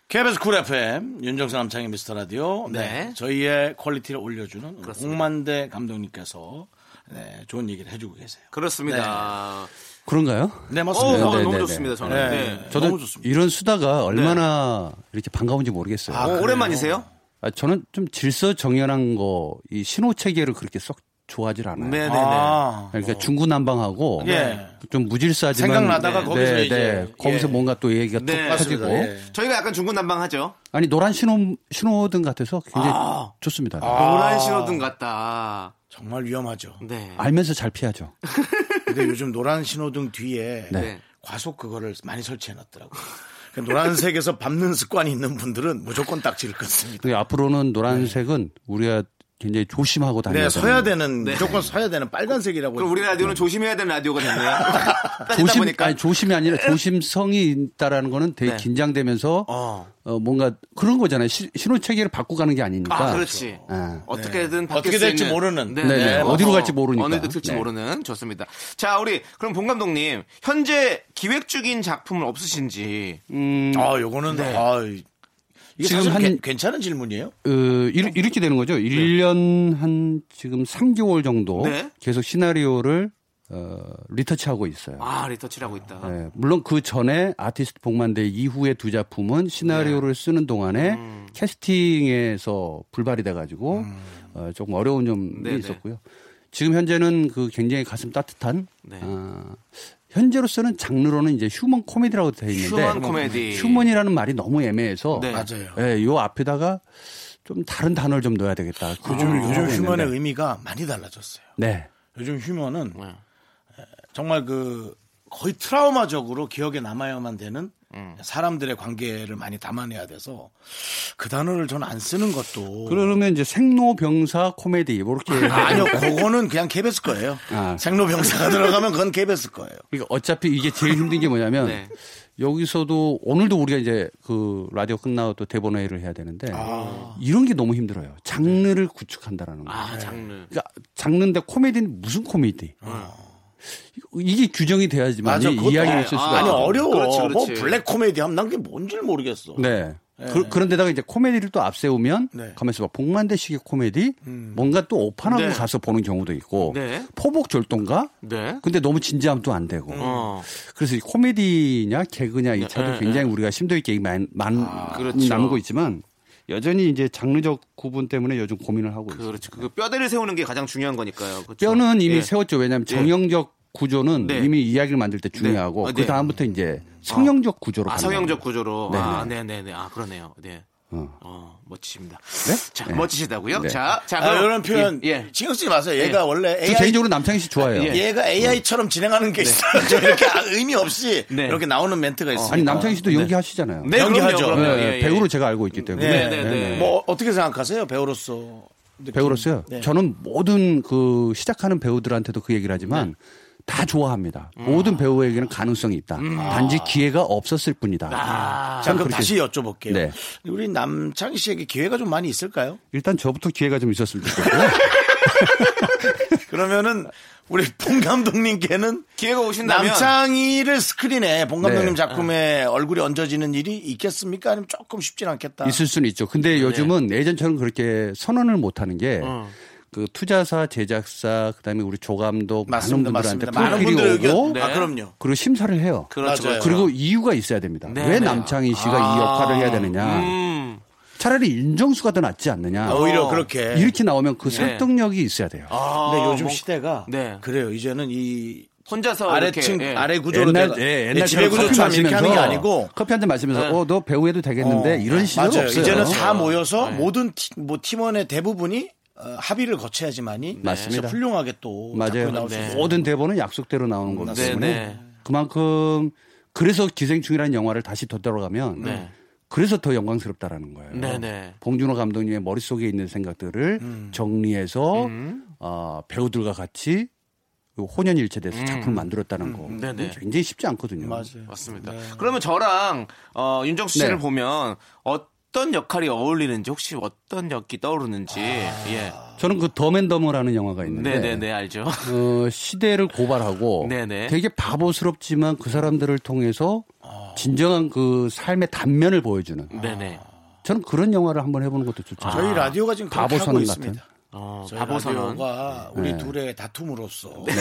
Speaker 1: KBS 쿨 FM 윤정수 남창의 미스터 라디오. 네.
Speaker 2: 네.
Speaker 1: 저희의 퀄리티를 올려주는
Speaker 2: 그렇습니다.
Speaker 1: 홍만대 감독님께서 네, 좋은 얘기를 해주고 계세요.
Speaker 2: 그렇습니다.
Speaker 7: 그런가요?
Speaker 1: 네
Speaker 2: 어
Speaker 1: 맞습니다.
Speaker 2: 너무,
Speaker 7: 네,
Speaker 2: 너무
Speaker 7: 네,
Speaker 2: 좋습니다.
Speaker 7: 네.
Speaker 2: 저는
Speaker 1: 네.
Speaker 2: 네.
Speaker 7: 저도
Speaker 1: 너무 좋습니다. 네.
Speaker 7: 이런 수다가 얼마나 이렇게 반가운지 모르겠어요.
Speaker 1: 아.
Speaker 2: 어, 오랜만이세요?
Speaker 7: 아, 저는 좀 질서 정연한 거, 이 신호 체계를 그렇게 썩 좋아하질 않아요.
Speaker 2: 네네네.
Speaker 1: 아,
Speaker 7: 그러니까 중구난방하고
Speaker 1: 예.
Speaker 7: 좀 무질서하지만
Speaker 1: 생각나다가
Speaker 7: 네,
Speaker 1: 거기서
Speaker 7: 네,
Speaker 1: 이제,
Speaker 7: 네. 거기서
Speaker 1: 예.
Speaker 7: 뭔가 또 얘기가 툭
Speaker 2: 네,
Speaker 7: 터지고
Speaker 1: 맞습니다. 예.
Speaker 2: 저희가 약간 중구난방하죠.
Speaker 7: 아니 노란 신호 신호등 같아서 굉장히 좋습니다.
Speaker 2: 노란 신호등 같다.
Speaker 1: 정말 위험하죠.
Speaker 2: 네.
Speaker 7: 알면서 잘 피하죠.
Speaker 1: 근데 요즘 노란 신호등 뒤에
Speaker 2: 네.
Speaker 1: 과속 그거를 많이 설치해놨더라고요. 그 노란색에서 밟는 습관이 있는 분들은 무조건 딱지를 끊습니다.
Speaker 7: 근데 앞으로는 노란색은
Speaker 2: 네.
Speaker 7: 우리가 굉장히 조심하고 다녀야
Speaker 1: 네, 서야
Speaker 7: 되는
Speaker 1: 되는 무조건 서야 되는 빨간색이라고.
Speaker 2: 그럼 우리 라디오는 조심해야 되는 라디오가 됐네요. 따지다
Speaker 7: 조심
Speaker 2: 보니까.
Speaker 7: 아니 조심이 아니라 조심성이 있다라는 거는 되게
Speaker 2: 네.
Speaker 7: 긴장되면서
Speaker 2: 어.
Speaker 7: 어, 뭔가 그런 거잖아요. 시- 신호 체계를 바꾸고 가는 게 아니니까.
Speaker 2: 아, 그렇지.
Speaker 7: 아.
Speaker 2: 어떻게든 바뀔
Speaker 1: 예. 어떻게
Speaker 2: 수
Speaker 1: 될지
Speaker 2: 있는.
Speaker 1: 모르는.
Speaker 2: 네,
Speaker 7: 네,
Speaker 2: 네.
Speaker 7: 네.
Speaker 2: 어,
Speaker 7: 어디로
Speaker 2: 어,
Speaker 7: 갈지 모르니까.
Speaker 2: 어느 끝일지
Speaker 7: 네.
Speaker 2: 모르는. 좋습니다. 자, 우리 그럼 봉 감독님 현재 기획 중인 작품은 없으신지.
Speaker 1: 아, 요거는 아, 이게
Speaker 7: 지금
Speaker 1: 사실
Speaker 7: 한-
Speaker 1: 괜- 괜찮은 질문이에요?
Speaker 7: 어, 이르- 이렇게 되는 거죠. 1년 한 지금 3개월 정도
Speaker 2: 네.
Speaker 7: 계속 시나리오를 어, 리터치하고 있어요.
Speaker 2: 아, 리터치를 하고 있다.
Speaker 7: 예, 물론 그 전에 아티스트 복만대 이후의 두 작품은 시나리오를
Speaker 2: 네.
Speaker 7: 쓰는 동안에
Speaker 2: 음.
Speaker 7: 캐스팅에서 불발이 돼가지고 어, 조금 어려운 점이
Speaker 2: 네네.
Speaker 7: 있었고요. 지금 현재는 그 굉장히 가슴 따뜻한
Speaker 2: 네.
Speaker 7: 아, 현재로서는 장르로는 이제 휴먼 코미디라고 되어 있는데
Speaker 2: 휴먼 코미디.
Speaker 7: 휴먼이라는 말이 너무 애매해서
Speaker 2: 네.
Speaker 1: 맞아요.
Speaker 7: 예, 요 앞에다가 좀 다른 단어를 좀 넣어야 되겠다. 그
Speaker 1: 요즘
Speaker 7: 고민을
Speaker 1: 요즘
Speaker 7: 하고
Speaker 1: 휴먼의
Speaker 7: 있는데.
Speaker 1: 의미가 많이 달라졌어요.
Speaker 7: 네.
Speaker 1: 요즘 휴먼은
Speaker 2: 네.
Speaker 1: 정말 그 거의 트라우마적으로 기억에 남아야만 되는
Speaker 2: 음.
Speaker 1: 사람들의 관계를 많이 담아내야 돼서 그 단어를 저는 안 쓰는 것도
Speaker 7: 그러면 이제 생로병사 코미디 뭐 이렇게
Speaker 1: 아니요, 그거는 그냥 KBS 거예요.
Speaker 7: 아.
Speaker 1: 생로병사가 들어가면 그건 KBS 거예요.
Speaker 7: 그러니까 어차피 이게 제일 힘든 게 뭐냐면
Speaker 2: 네.
Speaker 7: 여기서도 오늘도 우리가 이제 그 라디오 끝나고 또 대본 회의를 해야 되는데
Speaker 1: 아.
Speaker 7: 이런 게 너무 힘들어요. 장르를
Speaker 1: 네.
Speaker 7: 구축한다라는 거.
Speaker 2: 아, 장르.
Speaker 7: 그러니까 장르인데 코미디는 무슨 코미디? 이게 규정이 돼야지만 네, 이
Speaker 1: 아. 그것도- 네.
Speaker 7: 이야기를 쓸 수가
Speaker 1: 아니
Speaker 7: 있거든요.
Speaker 1: 어려워.
Speaker 2: 그렇지, 그렇지.
Speaker 1: 뭐 블랙 코미디 하면 난 그게 뭔지 를 모르겠어.
Speaker 7: 네. 그, 런데다가 이제 코미디를 또 앞세우면
Speaker 1: 네. 음.
Speaker 7: 가만히 있어봐 복만대식의 코미디 뭔가 또 오판하고
Speaker 2: 네.
Speaker 7: 가서 보는 경우도 있고
Speaker 2: 네.
Speaker 7: 포복절도인가
Speaker 2: 네.
Speaker 7: 근데 너무 진지함도 안 되고
Speaker 1: 음.
Speaker 2: 어.
Speaker 7: 그래서 이 코미디냐 개그냐 이 차도
Speaker 2: 네,
Speaker 7: 굉장히 우리가 심도 있게 많이
Speaker 2: 그렇죠.
Speaker 7: 남고 있지만 여전히 이제 장르적 구분 때문에 요즘 고민을 하고 있어요.
Speaker 2: 그렇죠. 그 뼈대를 세우는 게 가장 중요한 거니까요. 그렇죠?
Speaker 7: 뼈는 이미
Speaker 2: 예.
Speaker 7: 세웠죠. 왜냐하면 정형적 구조는
Speaker 2: 네.
Speaker 7: 이미 이야기를 만들 때 중요하고
Speaker 2: 네. 아, 네.
Speaker 7: 그 다음부터 이제 성형적 구조로
Speaker 2: 아,
Speaker 7: 가는
Speaker 2: 성형적
Speaker 7: 거예요.
Speaker 2: 구조로.
Speaker 7: 네.
Speaker 2: 아, 네네네. 아, 그러네요. 네. 어, 멋지십니다.
Speaker 7: 네?
Speaker 2: 자,
Speaker 7: 네.
Speaker 2: 멋지시다고요?
Speaker 7: 네.
Speaker 2: 자, 자,
Speaker 1: 아,
Speaker 2: 그럼-
Speaker 1: 이런 표현
Speaker 2: 예, 예.
Speaker 1: 신경 쓰지 마세요. 얘가 원래
Speaker 7: 저
Speaker 1: AI
Speaker 7: 개인적으로 네. 남창희 씨 좋아해요.
Speaker 2: 예.
Speaker 1: 얘가 AI처럼 진행하는 게 있어요. 저 이렇게 아, 의미 없이
Speaker 2: 네.
Speaker 1: 이렇게 나오는 멘트가 있어요.
Speaker 7: 아니 남창희 씨도 연기하시잖아요.
Speaker 2: 네,
Speaker 1: 연기하죠.
Speaker 2: 그럼요,
Speaker 7: 예,
Speaker 2: 그럼요. 예, 예.
Speaker 7: 배우로 제가 알고 있기 때문에
Speaker 1: 네,
Speaker 2: 네,
Speaker 7: 예,
Speaker 2: 네.
Speaker 7: 예.
Speaker 1: 뭐 어떻게 생각하세요? 배우로서 느낌.
Speaker 7: 배우로서요.
Speaker 1: 네.
Speaker 7: 저는 모든 그 시작하는 배우들한테도 그 얘기를 하지만
Speaker 1: 네.
Speaker 7: 다 좋아합니다.
Speaker 1: 음.
Speaker 7: 모든 배우에게는 가능성이 있다. 단지 기회가 없었을 뿐이다.
Speaker 1: 아. 자,
Speaker 7: 저는
Speaker 1: 그럼
Speaker 7: 그렇게-
Speaker 1: 다시 여쭤볼게요.
Speaker 7: 네.
Speaker 1: 우리 남창희 씨에게 기회가 좀 많이 있을까요?
Speaker 7: 일단 저부터 기회가 좀 있었으면 좋겠고요.
Speaker 1: 그러면은 우리 봉 감독님께는
Speaker 2: 기회가 오신다면
Speaker 1: 남창희를 스크린에 봉 감독님
Speaker 7: 네.
Speaker 1: 작품에 얼굴이 얹어지는 일이 있겠습니까? 아니면 네. 조금 쉽진 않겠다.
Speaker 7: 있을 수는 있죠. 근데 요즘은 예전처럼 그렇게 선언을 못 하는 게.
Speaker 1: 어.
Speaker 7: 그 투자사, 제작사, 그다음에 우리 조감독
Speaker 1: 맞습니다,
Speaker 7: 많은 분들한테
Speaker 1: 맞습니다. 많은 분들
Speaker 7: 프로필이
Speaker 1: 의견.
Speaker 7: 오고
Speaker 1: 아, 그럼요.
Speaker 7: 그리고 심사를 해요.
Speaker 2: 그렇죠.
Speaker 1: 맞아요.
Speaker 7: 그리고 이유가 있어야 됩니다.
Speaker 2: 네,
Speaker 7: 왜
Speaker 2: 네.
Speaker 7: 남창희 씨가 이
Speaker 1: 아,
Speaker 7: 역할을 해야 되느냐?
Speaker 2: 음.
Speaker 7: 차라리 인정수가 더 낫지 않느냐?
Speaker 1: 아, 오히려 그렇게.
Speaker 7: 이렇게 나오면 그
Speaker 2: 네.
Speaker 7: 설득력이 있어야 돼요.
Speaker 2: 아,
Speaker 1: 근데 요즘
Speaker 2: 뭔가-
Speaker 1: 시대가
Speaker 2: 네.
Speaker 1: 그래요. 이제는 이
Speaker 2: 혼자서
Speaker 1: 아래층
Speaker 2: 이렇게, 예.
Speaker 1: 아래 구조로 내가- 예, 지배 구조처럼 이렇게 하는 게 아니고
Speaker 7: 커피 한 잔 마시면서
Speaker 2: 네.
Speaker 7: 어 너 배우해도 되겠는데
Speaker 1: 어,
Speaker 7: 이런 시절
Speaker 1: 맞아요.
Speaker 7: 없어요.
Speaker 1: 이제는 다 모여서
Speaker 2: 네.
Speaker 1: 모든 티- 뭐 팀원의 대부분이 어, 합의를 거쳐야지만이
Speaker 7: 네. 맞습니다.
Speaker 1: 진짜 훌륭하게 또 작품이
Speaker 7: 맞아요. 네.
Speaker 1: 나올 수 있어요.
Speaker 7: 모든 대본은 약속대로 나오는 거기
Speaker 2: 네,
Speaker 7: 때문에
Speaker 2: 네.
Speaker 7: 그만큼 그래서 기생충이라는 영화를 다시 되돌아가면
Speaker 2: 네.
Speaker 7: 그래서 더 영광스럽다라는 거예요.
Speaker 2: 네,
Speaker 1: 음.
Speaker 2: 네.
Speaker 7: 봉준호 감독님의 머릿속에 있는 생각들을 정리해서
Speaker 1: 음.
Speaker 7: 어, 배우들과 같이 혼연일체돼서 작품을 만들었다는 거
Speaker 2: 네, 네.
Speaker 7: 굉장히 쉽지 않거든요.
Speaker 1: 음. 맞아요.
Speaker 2: 맞습니다.
Speaker 1: 네.
Speaker 2: 그러면 저랑 어, 윤정수 씨를
Speaker 7: 네.
Speaker 2: 보면 어떤 역할이 어울리는지 혹시 어떤 역이 떠오르는지
Speaker 1: 아,
Speaker 2: 예.
Speaker 7: 저는 그 덤앤더머라는 영화가 있는데
Speaker 2: 네, 네, 네, 알죠.
Speaker 1: 아,
Speaker 7: 어, 시대를 고발하고
Speaker 2: 네네.
Speaker 7: 되게 바보스럽지만 그 사람들을 통해서
Speaker 1: 아.
Speaker 7: 진정한 그 삶의 단면을 보여주는
Speaker 2: 네, 네.
Speaker 7: 저는 그런 영화를 한번 해보는 것도 좋죠.
Speaker 1: 저희 라디오가 지금 그렇게
Speaker 7: 아, 바보
Speaker 1: 하고
Speaker 7: 선언
Speaker 1: 있습니다.
Speaker 2: 어,
Speaker 1: 저희
Speaker 2: 바보 선언.
Speaker 1: 라디오가 우리 둘의 다툼으로써
Speaker 7: 네.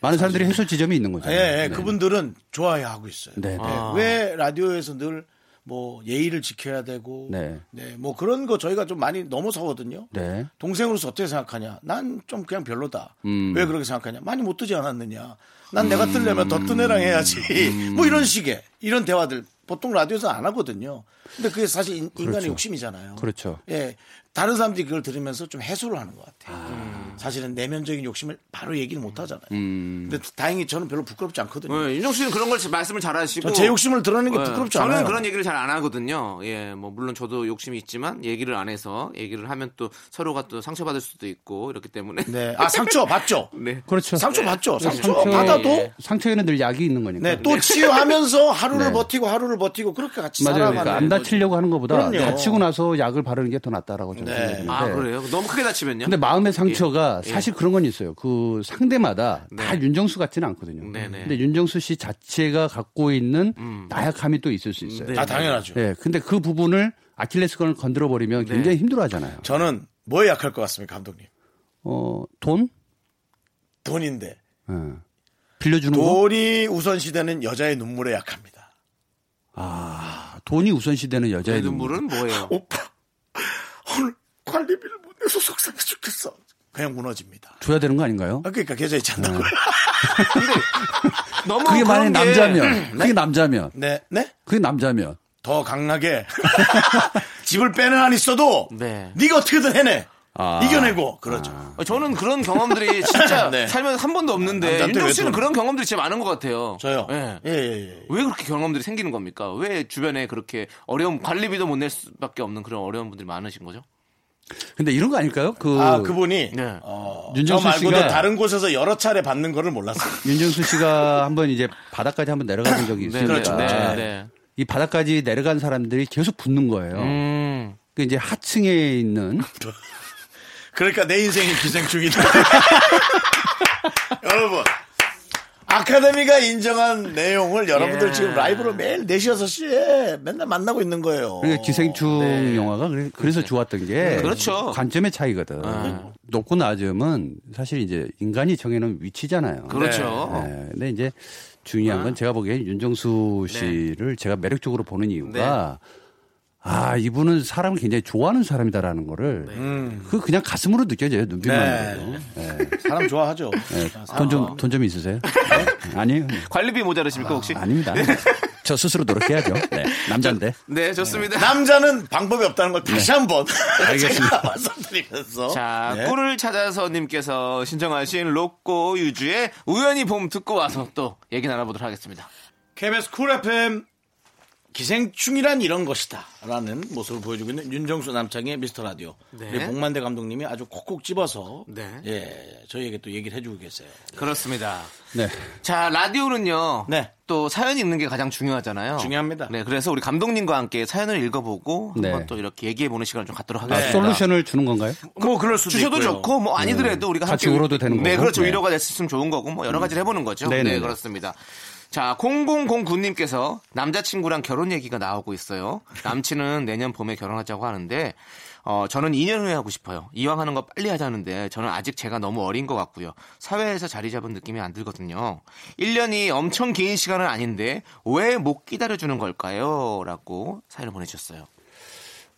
Speaker 7: 많은 사람들이 해소 지점이 있는 거죠.
Speaker 1: 예, 예, 그분들은 좋아해하고 있어요.
Speaker 7: 네, 네.
Speaker 1: 예, 왜 라디오에서 늘 뭐 예의를 지켜야 되고
Speaker 7: 네.
Speaker 1: 네. 뭐 그런 거 저희가 좀 많이 넘어서거든요.
Speaker 7: 네.
Speaker 1: 동생으로서 어떻게 생각하냐? 난 좀 그냥 별로다.
Speaker 7: 음.
Speaker 1: 왜 그렇게 생각하냐? 많이 못 뜨지 않았느냐? 난 내가 뜨려면 더 뜨네랑 해야지.
Speaker 7: 음.
Speaker 1: 뭐 이런 식의 이런 대화들 보통 라디오에서 안 하거든요. 근데 그게 사실 인, 간의
Speaker 7: 그렇죠.
Speaker 1: 욕심이잖아요.
Speaker 7: 그렇죠.
Speaker 1: 예. 다른 사람들이 그걸 들으면서 좀 해소를 하는 것 같아요. 사실은 내면적인 욕심을 바로 얘기를 못 하잖아요.
Speaker 7: 음.
Speaker 1: 근데 다행히 저는 별로 부끄럽지 않거든요.
Speaker 7: 어.
Speaker 2: 네, 윤정수 씨는 그런 걸 말씀을 잘 하시고
Speaker 1: 저제 욕심을 드러내는 게
Speaker 2: 예,
Speaker 1: 부끄럽지
Speaker 2: 저는
Speaker 1: 않아요.
Speaker 2: 그런 얘기를 잘 안 하거든요. 예, 뭐 물론 저도 욕심이 있지만 얘기를 안 해서 얘기를 하면 또 서로가 또 상처받을 수도 있고 이렇기 때문에
Speaker 1: 네. 아, 상처 받죠?
Speaker 2: 네.
Speaker 7: 그렇죠.
Speaker 1: 상처 받죠? 상처
Speaker 7: 상처-
Speaker 1: 받아도
Speaker 2: 예.
Speaker 7: 상처에는 늘 약이 있는 거니까.
Speaker 1: 네, 또 치유하면서 하루를
Speaker 7: 네.
Speaker 1: 버티고 하루를 버티고 그렇게 같이
Speaker 7: 맞아요.
Speaker 1: 살아가는
Speaker 7: 그러니까 안 다치려고 하는 것보다
Speaker 1: 그럼요.
Speaker 7: 다치고 나서 약을 바르는 게 더 낫다라고 저는
Speaker 1: 네. 예.
Speaker 7: 생각했는데.
Speaker 2: 아 그래요? 너무 크게 다치면요?
Speaker 7: 근데 마음의 상처가 사실 그런 건 있어요. 그 상대마다 다
Speaker 1: 네.
Speaker 7: 윤정수 같지는 않거든요.
Speaker 2: 네네.
Speaker 7: 근데 윤정수 씨 자체가 갖고 있는
Speaker 1: 음.
Speaker 7: 나약함이 또 있을 수 있어요.
Speaker 1: 아, 당연하죠. 네.
Speaker 7: 네, 근데 그 부분을 아킬레스건을 건드려 버리면 굉장히 힘들어하잖아요.
Speaker 1: 저는 뭐에 약할 것 같습니까, 감독님?
Speaker 7: 어, 돈?
Speaker 1: 돈인데.
Speaker 7: 예. 빌려주는 거?
Speaker 1: 돈이 우선시되는 여자의 눈물에 약합니다.
Speaker 7: 아, 돈이 우선시되는
Speaker 2: 제
Speaker 1: 그
Speaker 7: 여자의 눈물.
Speaker 2: 눈물은 뭐예요?
Speaker 1: 오빠, 오늘 관리비를 못 내서 속상해 죽겠어. 그냥 무너집니다.
Speaker 7: 줘야 되는 거 아닌가요?
Speaker 1: 아, 그러니까 계좌에 잔다고요.
Speaker 2: 너무
Speaker 1: 아,
Speaker 7: 그게
Speaker 2: 그런
Speaker 7: 만약
Speaker 2: 게-
Speaker 7: 남자면, 그게 남자면,
Speaker 1: 네, 네?
Speaker 7: 그게 남자면.
Speaker 1: 더 강하게 집을 빼는 한 있어도
Speaker 2: 네.
Speaker 1: 네. 가 어떻게든 해내.
Speaker 7: 아.
Speaker 1: 이겨내고 그러죠.
Speaker 2: 아, 저는 그런 경험들이 진짜
Speaker 1: 네.
Speaker 2: 살면서 한 번도 없는데
Speaker 1: 남자한테
Speaker 2: 윤정
Speaker 1: 왜
Speaker 2: 씨는
Speaker 1: 돈-
Speaker 2: 그런 경험들이 진짜 많은 것 같아요.
Speaker 1: 저요.
Speaker 2: 예.
Speaker 1: 예, 예, 예.
Speaker 2: 왜 그렇게 경험들이 생기는 겁니까? 왜 주변에 그렇게 어려운 관리비도 못 낼 수밖에 없는 그런 어려운 분들이 많으신 거죠?
Speaker 7: 근데 이런 거 아닐까요? 그,
Speaker 1: 아 그분이
Speaker 2: 네.
Speaker 1: 어, 저
Speaker 7: 윤정수
Speaker 1: 말고도
Speaker 7: 씨가-
Speaker 1: 다른 곳에서 여러 차례 받는 거를 몰랐어요.
Speaker 7: 윤정수 씨가 한번 이제 바닥까지 한번 내려가본 적이 있습니다.
Speaker 1: 그렇죠.
Speaker 2: 네,
Speaker 1: 아.
Speaker 2: 네.
Speaker 7: 이 바닥까지 내려간 사람들이 계속 붙는 거예요.
Speaker 2: 음.
Speaker 7: 그 이제 하층에 있는
Speaker 1: 그러니까 내 인생이 기생충이다. 여러분. 아카데미가 인정한 내용을 여러분들
Speaker 7: 예.
Speaker 1: 지금 라이브로 매일 4시, 6시에 맨날 만나고 있는 거예요.
Speaker 2: 어.
Speaker 7: 그러니까 기생충 영화가 그래- 그래서 좋았던 게
Speaker 2: 네. 그렇죠. 아.
Speaker 7: 관점의 차이거든. 높고 낮음은 사실 이제 인간이 정해놓은 위치잖아요.
Speaker 2: 그렇죠. 아.
Speaker 7: 네, 근데 이제 중요한 건 제가 보기엔 윤정수
Speaker 2: 네.
Speaker 7: 씨를 제가 매력적으로 보는 이유가 아 이분은 사람을 굉장히 좋아하는 사람이다라는 거를
Speaker 2: 네.
Speaker 7: 그 그냥 가슴으로 느껴져요 눈빛만 보도 네.
Speaker 1: 사람 좋아하죠. 네.
Speaker 7: 돈 좀 돈 좀 있으세요? 네? 아니에요.
Speaker 2: 관리비 모자르십니까 혹시?
Speaker 7: 아닙니다. 저 스스로 노력해야죠. 네, 남잔데.
Speaker 2: 네, 좋습니다.
Speaker 1: 남자는 방법이 없다는 걸 다시 한번
Speaker 7: 네. 알겠습니다.
Speaker 1: 제가 말씀드리면서
Speaker 2: 자,
Speaker 1: 네.
Speaker 2: 꿀을 찾아서님께서 신청하신 로꼬 유주의 우연히 봄 듣고 와서 또 얘기 나눠보도록 하겠습니다.
Speaker 1: KBS 쿨 FM 기생충이란 이런 것이다 라는 모습을 보여주고 있는 윤정수 남창의 미스터 라디오
Speaker 2: 네.
Speaker 1: 우리 목만대 감독님이 아주 콕콕 집어서
Speaker 2: 네.
Speaker 1: 예 저희에게 또 얘기를 해주고 계세요
Speaker 2: 그렇습니다.
Speaker 7: 네.
Speaker 2: 자, 라디오는요.
Speaker 1: 네.
Speaker 2: 또 사연이 있는 게 가장 중요하잖아요.
Speaker 1: 중요합니다.
Speaker 2: 네, 그래서 우리 감독님과 함께 사연을 읽어보고
Speaker 7: 네.
Speaker 2: 한번 또 이렇게 얘기해보는 시간을 좀 갖도록
Speaker 7: 아,
Speaker 2: 하겠습니다.
Speaker 7: 솔루션을 주는 건가요?
Speaker 1: 뭐 그럴 수도
Speaker 2: 주셔도
Speaker 1: 있고요.
Speaker 2: 좋고 뭐 아니더라도 우리가
Speaker 7: 같이
Speaker 2: 함께
Speaker 7: 울어도 되는
Speaker 2: 네,
Speaker 7: 거고.
Speaker 2: 그렇죠.
Speaker 7: 네.
Speaker 2: 위로가 됐으면 좋은 거고 뭐 여러 가지를 해보는 거죠. 네
Speaker 7: 네네네.
Speaker 2: 그렇습니다. 자, 0009님께서 남자친구랑 결혼 얘기가 나오고 있어요. 남친은 내년 봄에 결혼하자고 하는데 어, 저는 2년 후에 하고 싶어요. 이왕 하는 거 빨리 하자는데 저는 아직 제가 너무 어린 것 같고요. 사회에서 자리 잡은 느낌이 안 들거든요. 1년이 엄청 긴 시간은 아닌데 왜 못 기다려주는 걸까요? 라고 사연을 보내주셨어요.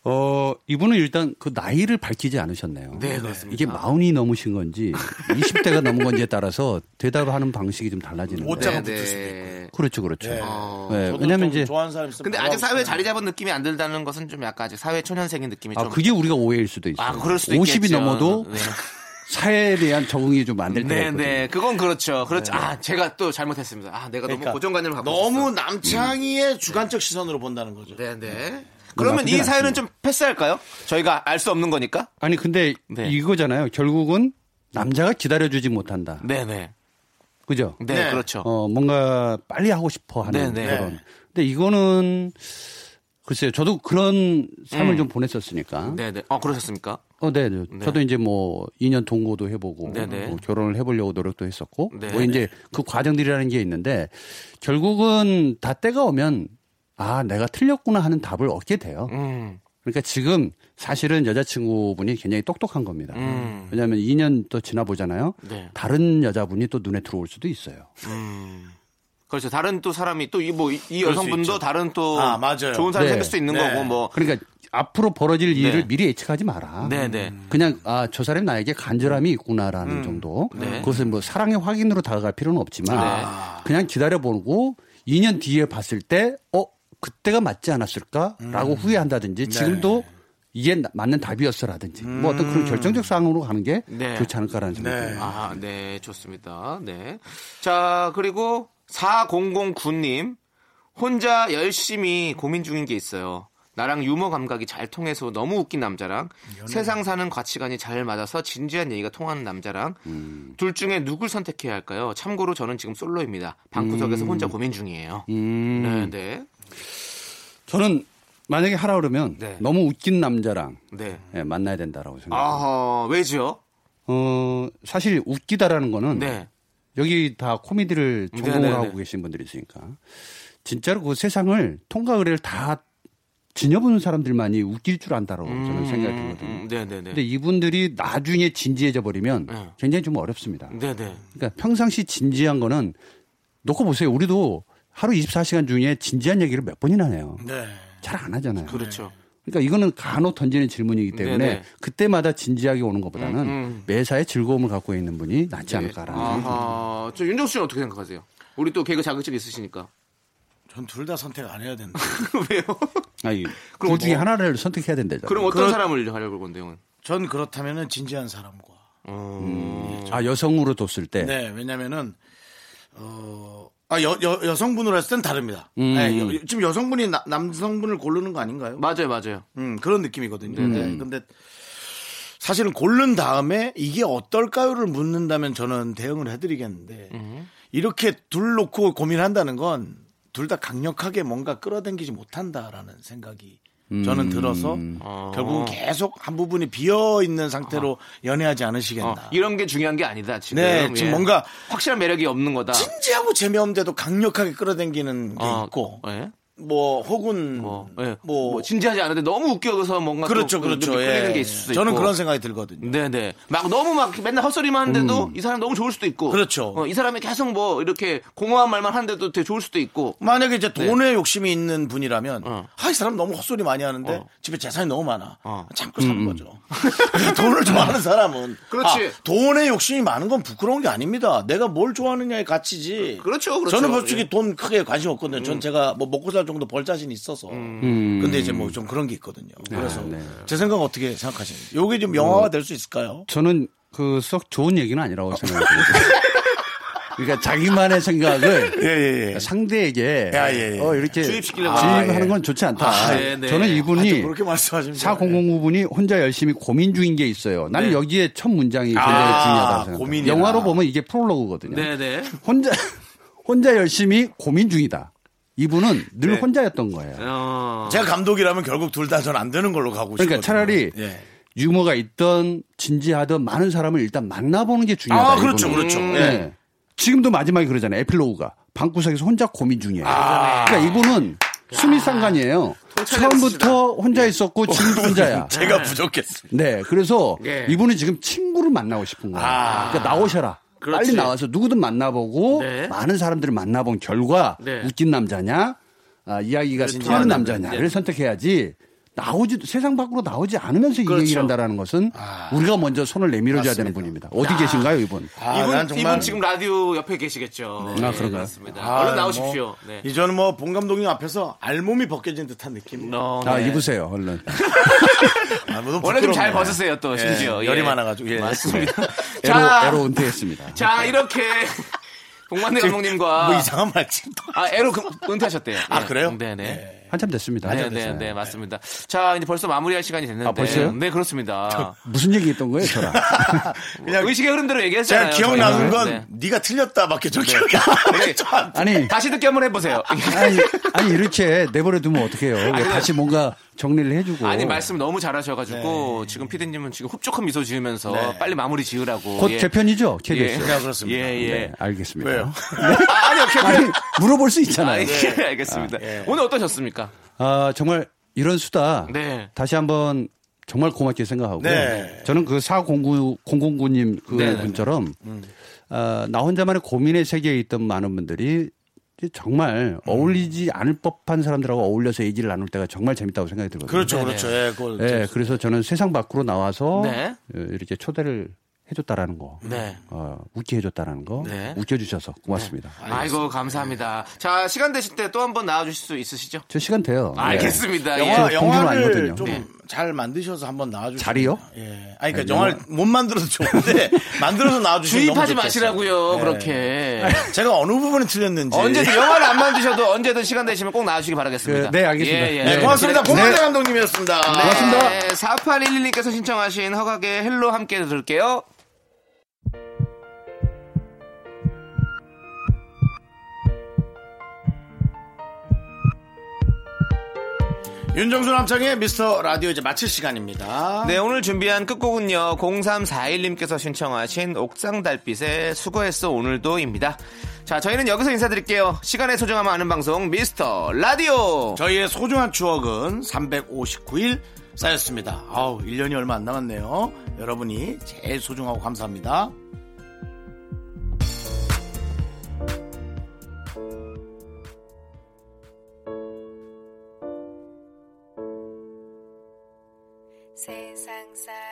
Speaker 7: 어, 이분은 일단 그 나이를 밝히지 않으셨네요.
Speaker 2: 네, 그렇습니다.
Speaker 7: 이게 마흔이 넘으신 건지 20대가 넘은 건지에 따라서 대답하는 방식이 좀 달라지는데.
Speaker 1: 옷장-
Speaker 2: 네,
Speaker 1: 붙을 수도
Speaker 2: 네.
Speaker 7: 그렇죠, 그렇죠.
Speaker 1: 예.
Speaker 2: 어,
Speaker 7: 네,
Speaker 1: 저도
Speaker 7: 왜냐면
Speaker 1: 좀
Speaker 7: 이제
Speaker 1: 좋아하는 사람 있으면
Speaker 2: 근데 아직 사회에
Speaker 1: 돌아오세요.
Speaker 2: 자리 잡은 느낌이 안 들다는 것은 좀 약간 아직 사회 초년생인 느낌이
Speaker 7: 아,
Speaker 2: 좀.
Speaker 7: 그게 우리가 오해일 수도 있어요.
Speaker 2: 아, 그럴 수도
Speaker 7: 50이
Speaker 2: 있겠죠.
Speaker 7: 넘어도
Speaker 2: 네.
Speaker 7: 사회에 대한 적응이 좀 안 될 때가
Speaker 2: 네,
Speaker 7: 있거든요.
Speaker 2: 네. 그건 그렇죠. 그렇죠. 아, 제가 또 잘못했습니다. 아, 내가
Speaker 1: 네. 그러니까
Speaker 2: 너무 고정관념을 갖고
Speaker 1: 너무
Speaker 2: 있었어.
Speaker 1: 남창희의 주관적 시선으로 본다는 거죠
Speaker 2: 네, 네. 그러면 이
Speaker 7: 나쁘진
Speaker 2: 사연은 좀 패스할까요? 저희가 알 수 없는 거니까.
Speaker 7: 아니 근데
Speaker 2: 네.
Speaker 7: 이거잖아요. 결국은 남자가 기다려주지 못한다.
Speaker 2: 네, 네.
Speaker 7: 그죠?
Speaker 2: 네,
Speaker 1: 네.
Speaker 2: 그렇죠.
Speaker 7: 어, 뭔가 빨리 하고 싶어 하는
Speaker 2: 네, 네.
Speaker 7: 그런. 근데 이거는 글쎄요. 저도 그런
Speaker 2: 음.
Speaker 7: 삶을 좀 보냈었으니까.
Speaker 2: 네, 네. 어, 그러셨습니까?
Speaker 7: 어, 네, 네. 저도 이제 뭐 2년 동거도 해보고
Speaker 2: 네, 네.
Speaker 7: 뭐 결혼을 해보려고 노력도 했었고
Speaker 2: 네.
Speaker 7: 뭐 이제 그 과정들이라는 게 있는데 결국은 다 때가 오면 아 내가 틀렸구나 하는 답을 얻게 돼요.
Speaker 2: 음.
Speaker 7: 그러니까 지금 사실은 여자친구분이 굉장히 똑똑한 겁니다.
Speaker 2: 음.
Speaker 7: 왜냐하면 2년 또 지나보잖아요.
Speaker 2: 네.
Speaker 7: 다른 여자분이 또 눈에 들어올 수도 있어요.
Speaker 2: 그렇죠. 다른 또 사람이 또 이 뭐 이
Speaker 1: 있죠.
Speaker 2: 여성분도 다른 또
Speaker 1: 아, 맞아요.
Speaker 2: 좋은 사람이
Speaker 7: 네.
Speaker 2: 생길 수도 있는
Speaker 1: 네.
Speaker 2: 거고 뭐
Speaker 7: 그러니까 앞으로 벌어질
Speaker 2: 네.
Speaker 7: 일을 미리 예측하지 마라.
Speaker 2: 네, 네.
Speaker 7: 그냥 아 저 사람이 나에게 간절함이 있구나라는 정도.
Speaker 2: 네.
Speaker 7: 그것은 뭐 사랑의 확인으로 다가갈 필요는 없지만 그냥 기다려보고 2년 뒤에 봤을 때 어 그때가 맞지 않았을까라고
Speaker 2: 음. 네.
Speaker 7: 후회한다든지 지금도 이게 나- 맞는 답이었어라든지 뭐 어떤 그런 결정적 상황으로 가는 게
Speaker 2: 음. 네.
Speaker 7: 좋지 않을까라는 생각이 듭니다.
Speaker 2: 아, 네, 좋습니다. 네. 자, 그리고 4009님. 혼자 열심히 고민 중인 게 있어요. 나랑 유머 감각이 잘 통해서 너무 웃긴 남자랑 세상 사는 가치관이 잘 맞아서 진지한 얘기가 통하는 남자랑
Speaker 7: 음.
Speaker 2: 둘 중에 누굴 선택해야 할까요? 참고로 저는 지금 솔로입니다.
Speaker 7: 음.
Speaker 2: 방구석에서 혼자 고민 중이에요. 네, 네.
Speaker 7: 저는 만약에 하라 그러면
Speaker 2: 네.
Speaker 7: 너무 웃긴 남자랑
Speaker 2: 네.
Speaker 7: 예, 만나야 된다라고 생각해요.
Speaker 2: 아, 왜죠?
Speaker 7: 어, 사실 웃기다라는 거는
Speaker 2: 네.
Speaker 7: 여기 다 코미디를 전공을
Speaker 2: 네네네.
Speaker 7: 하고 계신 분들이 있으니까 진짜로 그 세상을 통과 의뢰를 다 지녀보는 사람들만이 웃길 줄 안다라고 저는 생각이 들거든요.
Speaker 2: 음, 네, 네, 네.
Speaker 7: 근데 이분들이 나중에 진지해져 버리면
Speaker 2: 네.
Speaker 7: 굉장히 좀 어렵습니다.
Speaker 2: 네, 네.
Speaker 7: 그러니까 평상시 진지한 거는 놓고 보세요. 우리도 하루 24시간 중에 진지한 얘기를 몇 번이나 해요.
Speaker 1: 네.
Speaker 7: 잘 안 하잖아요.
Speaker 2: 그렇죠.
Speaker 7: 그러니까 이거는 간혹 던지는 질문이기 때문에
Speaker 2: 네네. 음,
Speaker 7: 그때마다 진지하게 오는 것보다는 매사에 즐거움을 갖고 있는 분이 낫지 않을까라는 생각이
Speaker 2: 네. 아하. 저 윤정수 씨는 어떻게 생각하세요? 우리 또 개그 자극적 있으시니까.
Speaker 1: 전 둘 다 선택 안 해야 된다
Speaker 2: 왜요?
Speaker 7: 아니,
Speaker 2: 그럼
Speaker 7: 둘 중에
Speaker 2: 뭐-
Speaker 7: 하나를 선택해야 된다잖아요.
Speaker 2: 그럼 어떤 사람을 하려고 할 건데, 형은? 어.
Speaker 1: 전 그렇다면은 진지한 사람과 음.
Speaker 7: 아, 여성으로 뒀을 때.
Speaker 1: 네, 왜냐면은 어, 아, 여, 여, 성분으로 했을 땐 다릅니다.
Speaker 7: 음.
Speaker 1: 네, 여- 지금 여성분이 나- 남성분을 고르는 거 아닌가요?
Speaker 2: 맞아요, 맞아요.
Speaker 1: 음, 그런 느낌이거든요. 네, 근데 사실은 고른 다음에 이게 어떨까요를 묻는다면 저는 대응을 해드리겠는데
Speaker 2: 음.
Speaker 1: 이렇게 둘 놓고 고민한다는 건 둘 다 강력하게 뭔가 끌어당기지 못한다라는 생각이
Speaker 2: 음.
Speaker 1: 저는 들어서
Speaker 2: 아.
Speaker 1: 결국은 계속 한 부분이 비어 있는 상태로 연애하지 않으시겠나.
Speaker 2: 어, 아. 이런 게 중요한 게 아니다, 지금.
Speaker 1: 네, 지금
Speaker 2: 예.
Speaker 1: 뭔가
Speaker 2: 확실한 매력이 없는 거다.
Speaker 1: 진지하고 재미없는데도 강력하게 끌어당기는 게
Speaker 2: 어,
Speaker 1: 있고
Speaker 2: 예?
Speaker 1: 뭐 혹은
Speaker 2: 뭐,
Speaker 1: 뭐,
Speaker 2: 예. 뭐 진지하지 않은데 너무 웃겨서 뭔가 또
Speaker 1: 그렇죠,
Speaker 2: 그
Speaker 1: 그렇죠.
Speaker 2: 느낌 끌리는
Speaker 1: 예.
Speaker 2: 게 있을 수도
Speaker 1: 저는
Speaker 2: 있고.
Speaker 1: 그런 생각이 들거든요.
Speaker 2: 네네. 막 너무 막 맨날 헛소리만 하는데도 이 사람 너무 좋을 수도 있고.
Speaker 1: 음. 그렇죠.
Speaker 2: 어, 이 사람이 계속 뭐 이렇게 공허한 말만 하는데도 되게 좋을 수도 있고.
Speaker 1: 만약에 이제 돈에 욕심이 있는 분이라면
Speaker 2: 네. 어.
Speaker 1: 아 이 사람 너무 헛소리 많이 하는데
Speaker 2: 어.
Speaker 1: 집에 재산이 너무 많아
Speaker 2: 어.
Speaker 1: 참고 사는 거죠 그러니까 돈을 좋아하는 사람은
Speaker 2: 그렇지.
Speaker 1: 아, 돈에 욕심이 많은 건 부끄러운 게 아닙니다 내가 뭘 좋아하느냐의 가치지
Speaker 2: 그렇죠, 그렇죠.
Speaker 1: 저는 솔직히
Speaker 2: 예. 음.
Speaker 1: 돈 크게 관심 없거든요 전 제가 뭐 먹고 살 정도 벌 자신 이 있어서 근데 이제 뭐 좀 그런 게 있거든요
Speaker 2: 네,
Speaker 1: 그래서 제 생각 어떻게 생각하시는지 요게 좀 영화가 될 수 있을까요
Speaker 7: 저는 그썩 좋은 얘기는 아니라고 생각합니다. 그러니까 자기만의 생각을 그러니까
Speaker 1: 예예예
Speaker 7: 상대에게
Speaker 1: 네. 야, 예, 예.
Speaker 7: 어, 이렇게
Speaker 2: 주입시키려고
Speaker 7: 하는
Speaker 1: 아, 예.
Speaker 7: 건 좋지 않다.
Speaker 2: 아, 네, 네.
Speaker 7: 저는 이분이
Speaker 1: 그렇게 말씀하시면
Speaker 7: 4009분이 혼자 열심히 고민 중인 게 있어요. 나는
Speaker 2: 네.
Speaker 7: 여기에 첫 문장이 굉장히
Speaker 1: 아,
Speaker 7: 중요하다고 생각해요.
Speaker 1: 고민이라.
Speaker 7: 영화로 보면 이게 프롤로그거든요.
Speaker 2: 네네.
Speaker 7: 혼자 혼자 열심히 고민 중이다. 이분은 늘 혼자였던 거예요.
Speaker 2: 어.
Speaker 1: 제가 감독이라면 결국 둘 다 전 안 되는 걸로 가고 싶어요 예.
Speaker 7: 그러니까 차라리 유머가 있던 진지하던 많은 사람을 일단 만나보는 게 중요하다.
Speaker 1: 아, 그렇죠,
Speaker 7: 이거는.
Speaker 1: 그렇죠.
Speaker 7: 음.
Speaker 1: 예.
Speaker 7: 네. 지금도 마지막에 그러잖아요. 에필로그가 방구석에서 혼자 고민 중이에요.
Speaker 1: 아.
Speaker 7: 그러니까 이분은 수미상관이에요. 처음부터 혼자 있었고 지금도 혼자야.
Speaker 1: 제가 부족했어요.
Speaker 7: 네, 그래서
Speaker 2: 예. 아.
Speaker 7: 이분은 지금 친구를 만나고 싶은 거예요. 그러니까 나오셔라.
Speaker 2: 그렇지.
Speaker 7: 빨리 나와서 누구든 만나보고
Speaker 2: 네.
Speaker 7: 많은 사람들을 만나본 결과
Speaker 2: 네.
Speaker 7: 웃긴 남자냐, 아, 이야기가 통하는 남자냐를 선택해야지. 나오지 세상 밖으로 나오지 않으면서 이
Speaker 2: 그렇죠.
Speaker 7: 얘기를 한다라는 것은
Speaker 2: 아.
Speaker 7: 우리가 먼저 손을 내밀어줘야 되는 분입니다. 어디 계신가요, 이분?
Speaker 1: 아,
Speaker 2: 이분, 이분 지금 라디오 옆에
Speaker 1: 네.
Speaker 2: 계시겠죠. 네,
Speaker 7: 아, 그런가요?
Speaker 2: 그렇습니다. 얼른 나오십시오.
Speaker 1: 뭐,
Speaker 2: 네.
Speaker 1: 이제는 뭐 본 감독님 앞에서 알몸이 벗겨진 듯한 느낌.
Speaker 2: 어,
Speaker 7: 아,
Speaker 2: 네.
Speaker 7: 입으세요, 얼른.
Speaker 1: 아, 뭐 너무
Speaker 2: 원래 좀 잘
Speaker 1: 부끄럽네.
Speaker 2: 벗으세요 또 심지어.
Speaker 1: 예,
Speaker 2: 예.
Speaker 1: 열이 많아가지고 예.
Speaker 2: 맞습니다.
Speaker 7: 애로,
Speaker 2: 자,
Speaker 7: 애로 은퇴했습니다.
Speaker 2: 자 이렇게 복만대 감독님과
Speaker 1: 뭐 이상한 말 지금.
Speaker 2: 아 애로 금, 은퇴하셨대요.
Speaker 1: 아,
Speaker 2: 예.
Speaker 1: 그래요?
Speaker 2: 네네.
Speaker 7: 한참 됐습니다.
Speaker 2: 네,
Speaker 7: 한참
Speaker 2: 네,
Speaker 7: 됐어요.
Speaker 2: 네, 맞습니다. 자, 이제 벌써 마무리할 시간이 됐는데.
Speaker 7: 아, 벌써요?
Speaker 2: 네, 그렇습니다.
Speaker 7: 무슨 얘기 했던 거예요, 저랑?
Speaker 1: 그냥
Speaker 2: 의식의 흐름대로
Speaker 1: 제가
Speaker 2: 얘기했잖아요.
Speaker 1: 기억나는
Speaker 2: 저희가.
Speaker 1: 건
Speaker 2: 네.
Speaker 1: 네. 가 틀렸다밖에 저 기억이 안 나요. 저한테.
Speaker 7: 아니,
Speaker 2: 다시 듣기 한번 해보세요.
Speaker 7: 아니, 아니 이렇게 내버려 두면 어떡해요.
Speaker 2: 아니,
Speaker 7: 다시 뭔가 정리를 해주고.
Speaker 2: 아니 말씀 너무
Speaker 1: 네.
Speaker 2: 잘하셔가지고 지금 피디님은 지금 흡족한 미소 지으면서 빨리 마무리 지으라고.
Speaker 7: 곧
Speaker 2: 예.
Speaker 7: 개편이죠?
Speaker 2: 예.
Speaker 7: KBS.
Speaker 1: 네, 그렇습니다.
Speaker 2: 예, 예.
Speaker 7: 네, 알겠습니다.
Speaker 1: 왜요?
Speaker 2: 아, 아니요,
Speaker 7: 아니,
Speaker 2: 개편.
Speaker 7: 물어볼 수
Speaker 2: 아,
Speaker 7: 있잖아요.
Speaker 2: 예, 알겠습니다. 오늘 어떠셨습니까?
Speaker 7: 아, 정말 이런 수다.
Speaker 2: 네.
Speaker 7: 다시 한번 정말 고맙게 생각하고.
Speaker 1: 네.
Speaker 7: 저는 그 4009님 그
Speaker 2: 네, 네,
Speaker 7: 분처럼
Speaker 1: 음.
Speaker 7: 아, 나 혼자만의 고민의 세계에 있던 많은 분들이 이제 정말 어울리지 않을 법한 사람들하고 어울려서 얘기를 나눌 때가 정말 재밌다고 생각이 들거든요.
Speaker 1: 그렇죠, 그렇죠. 예, 그걸
Speaker 7: 예, 그래서 저는 세상 밖으로 나와서
Speaker 2: 네.
Speaker 7: 어, 이렇게 초대를 해줬다라는 거,
Speaker 2: 네.
Speaker 7: 어, 웃게 해줬다라는 거,
Speaker 2: 네.
Speaker 7: 웃겨주셔서 고맙습니다.
Speaker 2: 아이고 감사합니다. 자 시간 되실 때 또 한번 나와주실 수 있으시죠?
Speaker 7: 저 시간 돼요.
Speaker 2: 알겠습니다. 예.
Speaker 1: 영화,
Speaker 7: 저 공주는
Speaker 1: 영화를
Speaker 7: 아니거든요.
Speaker 2: 네.
Speaker 1: 좀 잘 만드셔서 한번 나와주세요.
Speaker 7: 자리요?
Speaker 1: 예. 아니, 그러니까 영화를 못 만들어도 좋은데 만들어서 나와주시면
Speaker 2: 주입하지
Speaker 1: 너무 좋겠어요.
Speaker 2: 마시라고요.
Speaker 1: 네.
Speaker 2: 그렇게
Speaker 1: 제가 어느 부분이 틀렸는지.
Speaker 2: 언제든 영화를 안 만드셔도 언제든 시간 되시면 꼭 나와주시기 바라겠습니다. 예,
Speaker 7: 그, 네, 알겠습니다.
Speaker 1: 네, 고맙습니다. 봉만대 감독님이었습니다.
Speaker 2: 네. 고맙습니다. 4811님께서 신청하신 허각의 헬로 함께 들을게요.
Speaker 1: 윤정수 남창의 미스터 라디오 이제 마칠 시간입니다.
Speaker 2: 네, 오늘 준비한 끝곡은요. 0341님께서 신청하신 옥상달빛의 수고했어 오늘도입니다. 자, 저희는 여기서 인사드릴게요. 시간의 소중함 아는 방송 미스터 라디오.
Speaker 1: 저희의 소중한 추억은 359일 쌓였습니다. 아우, 1년이 얼마 안 남았네요. 여러분이 제일 소중하고 감사합니다.
Speaker 8: 세상 살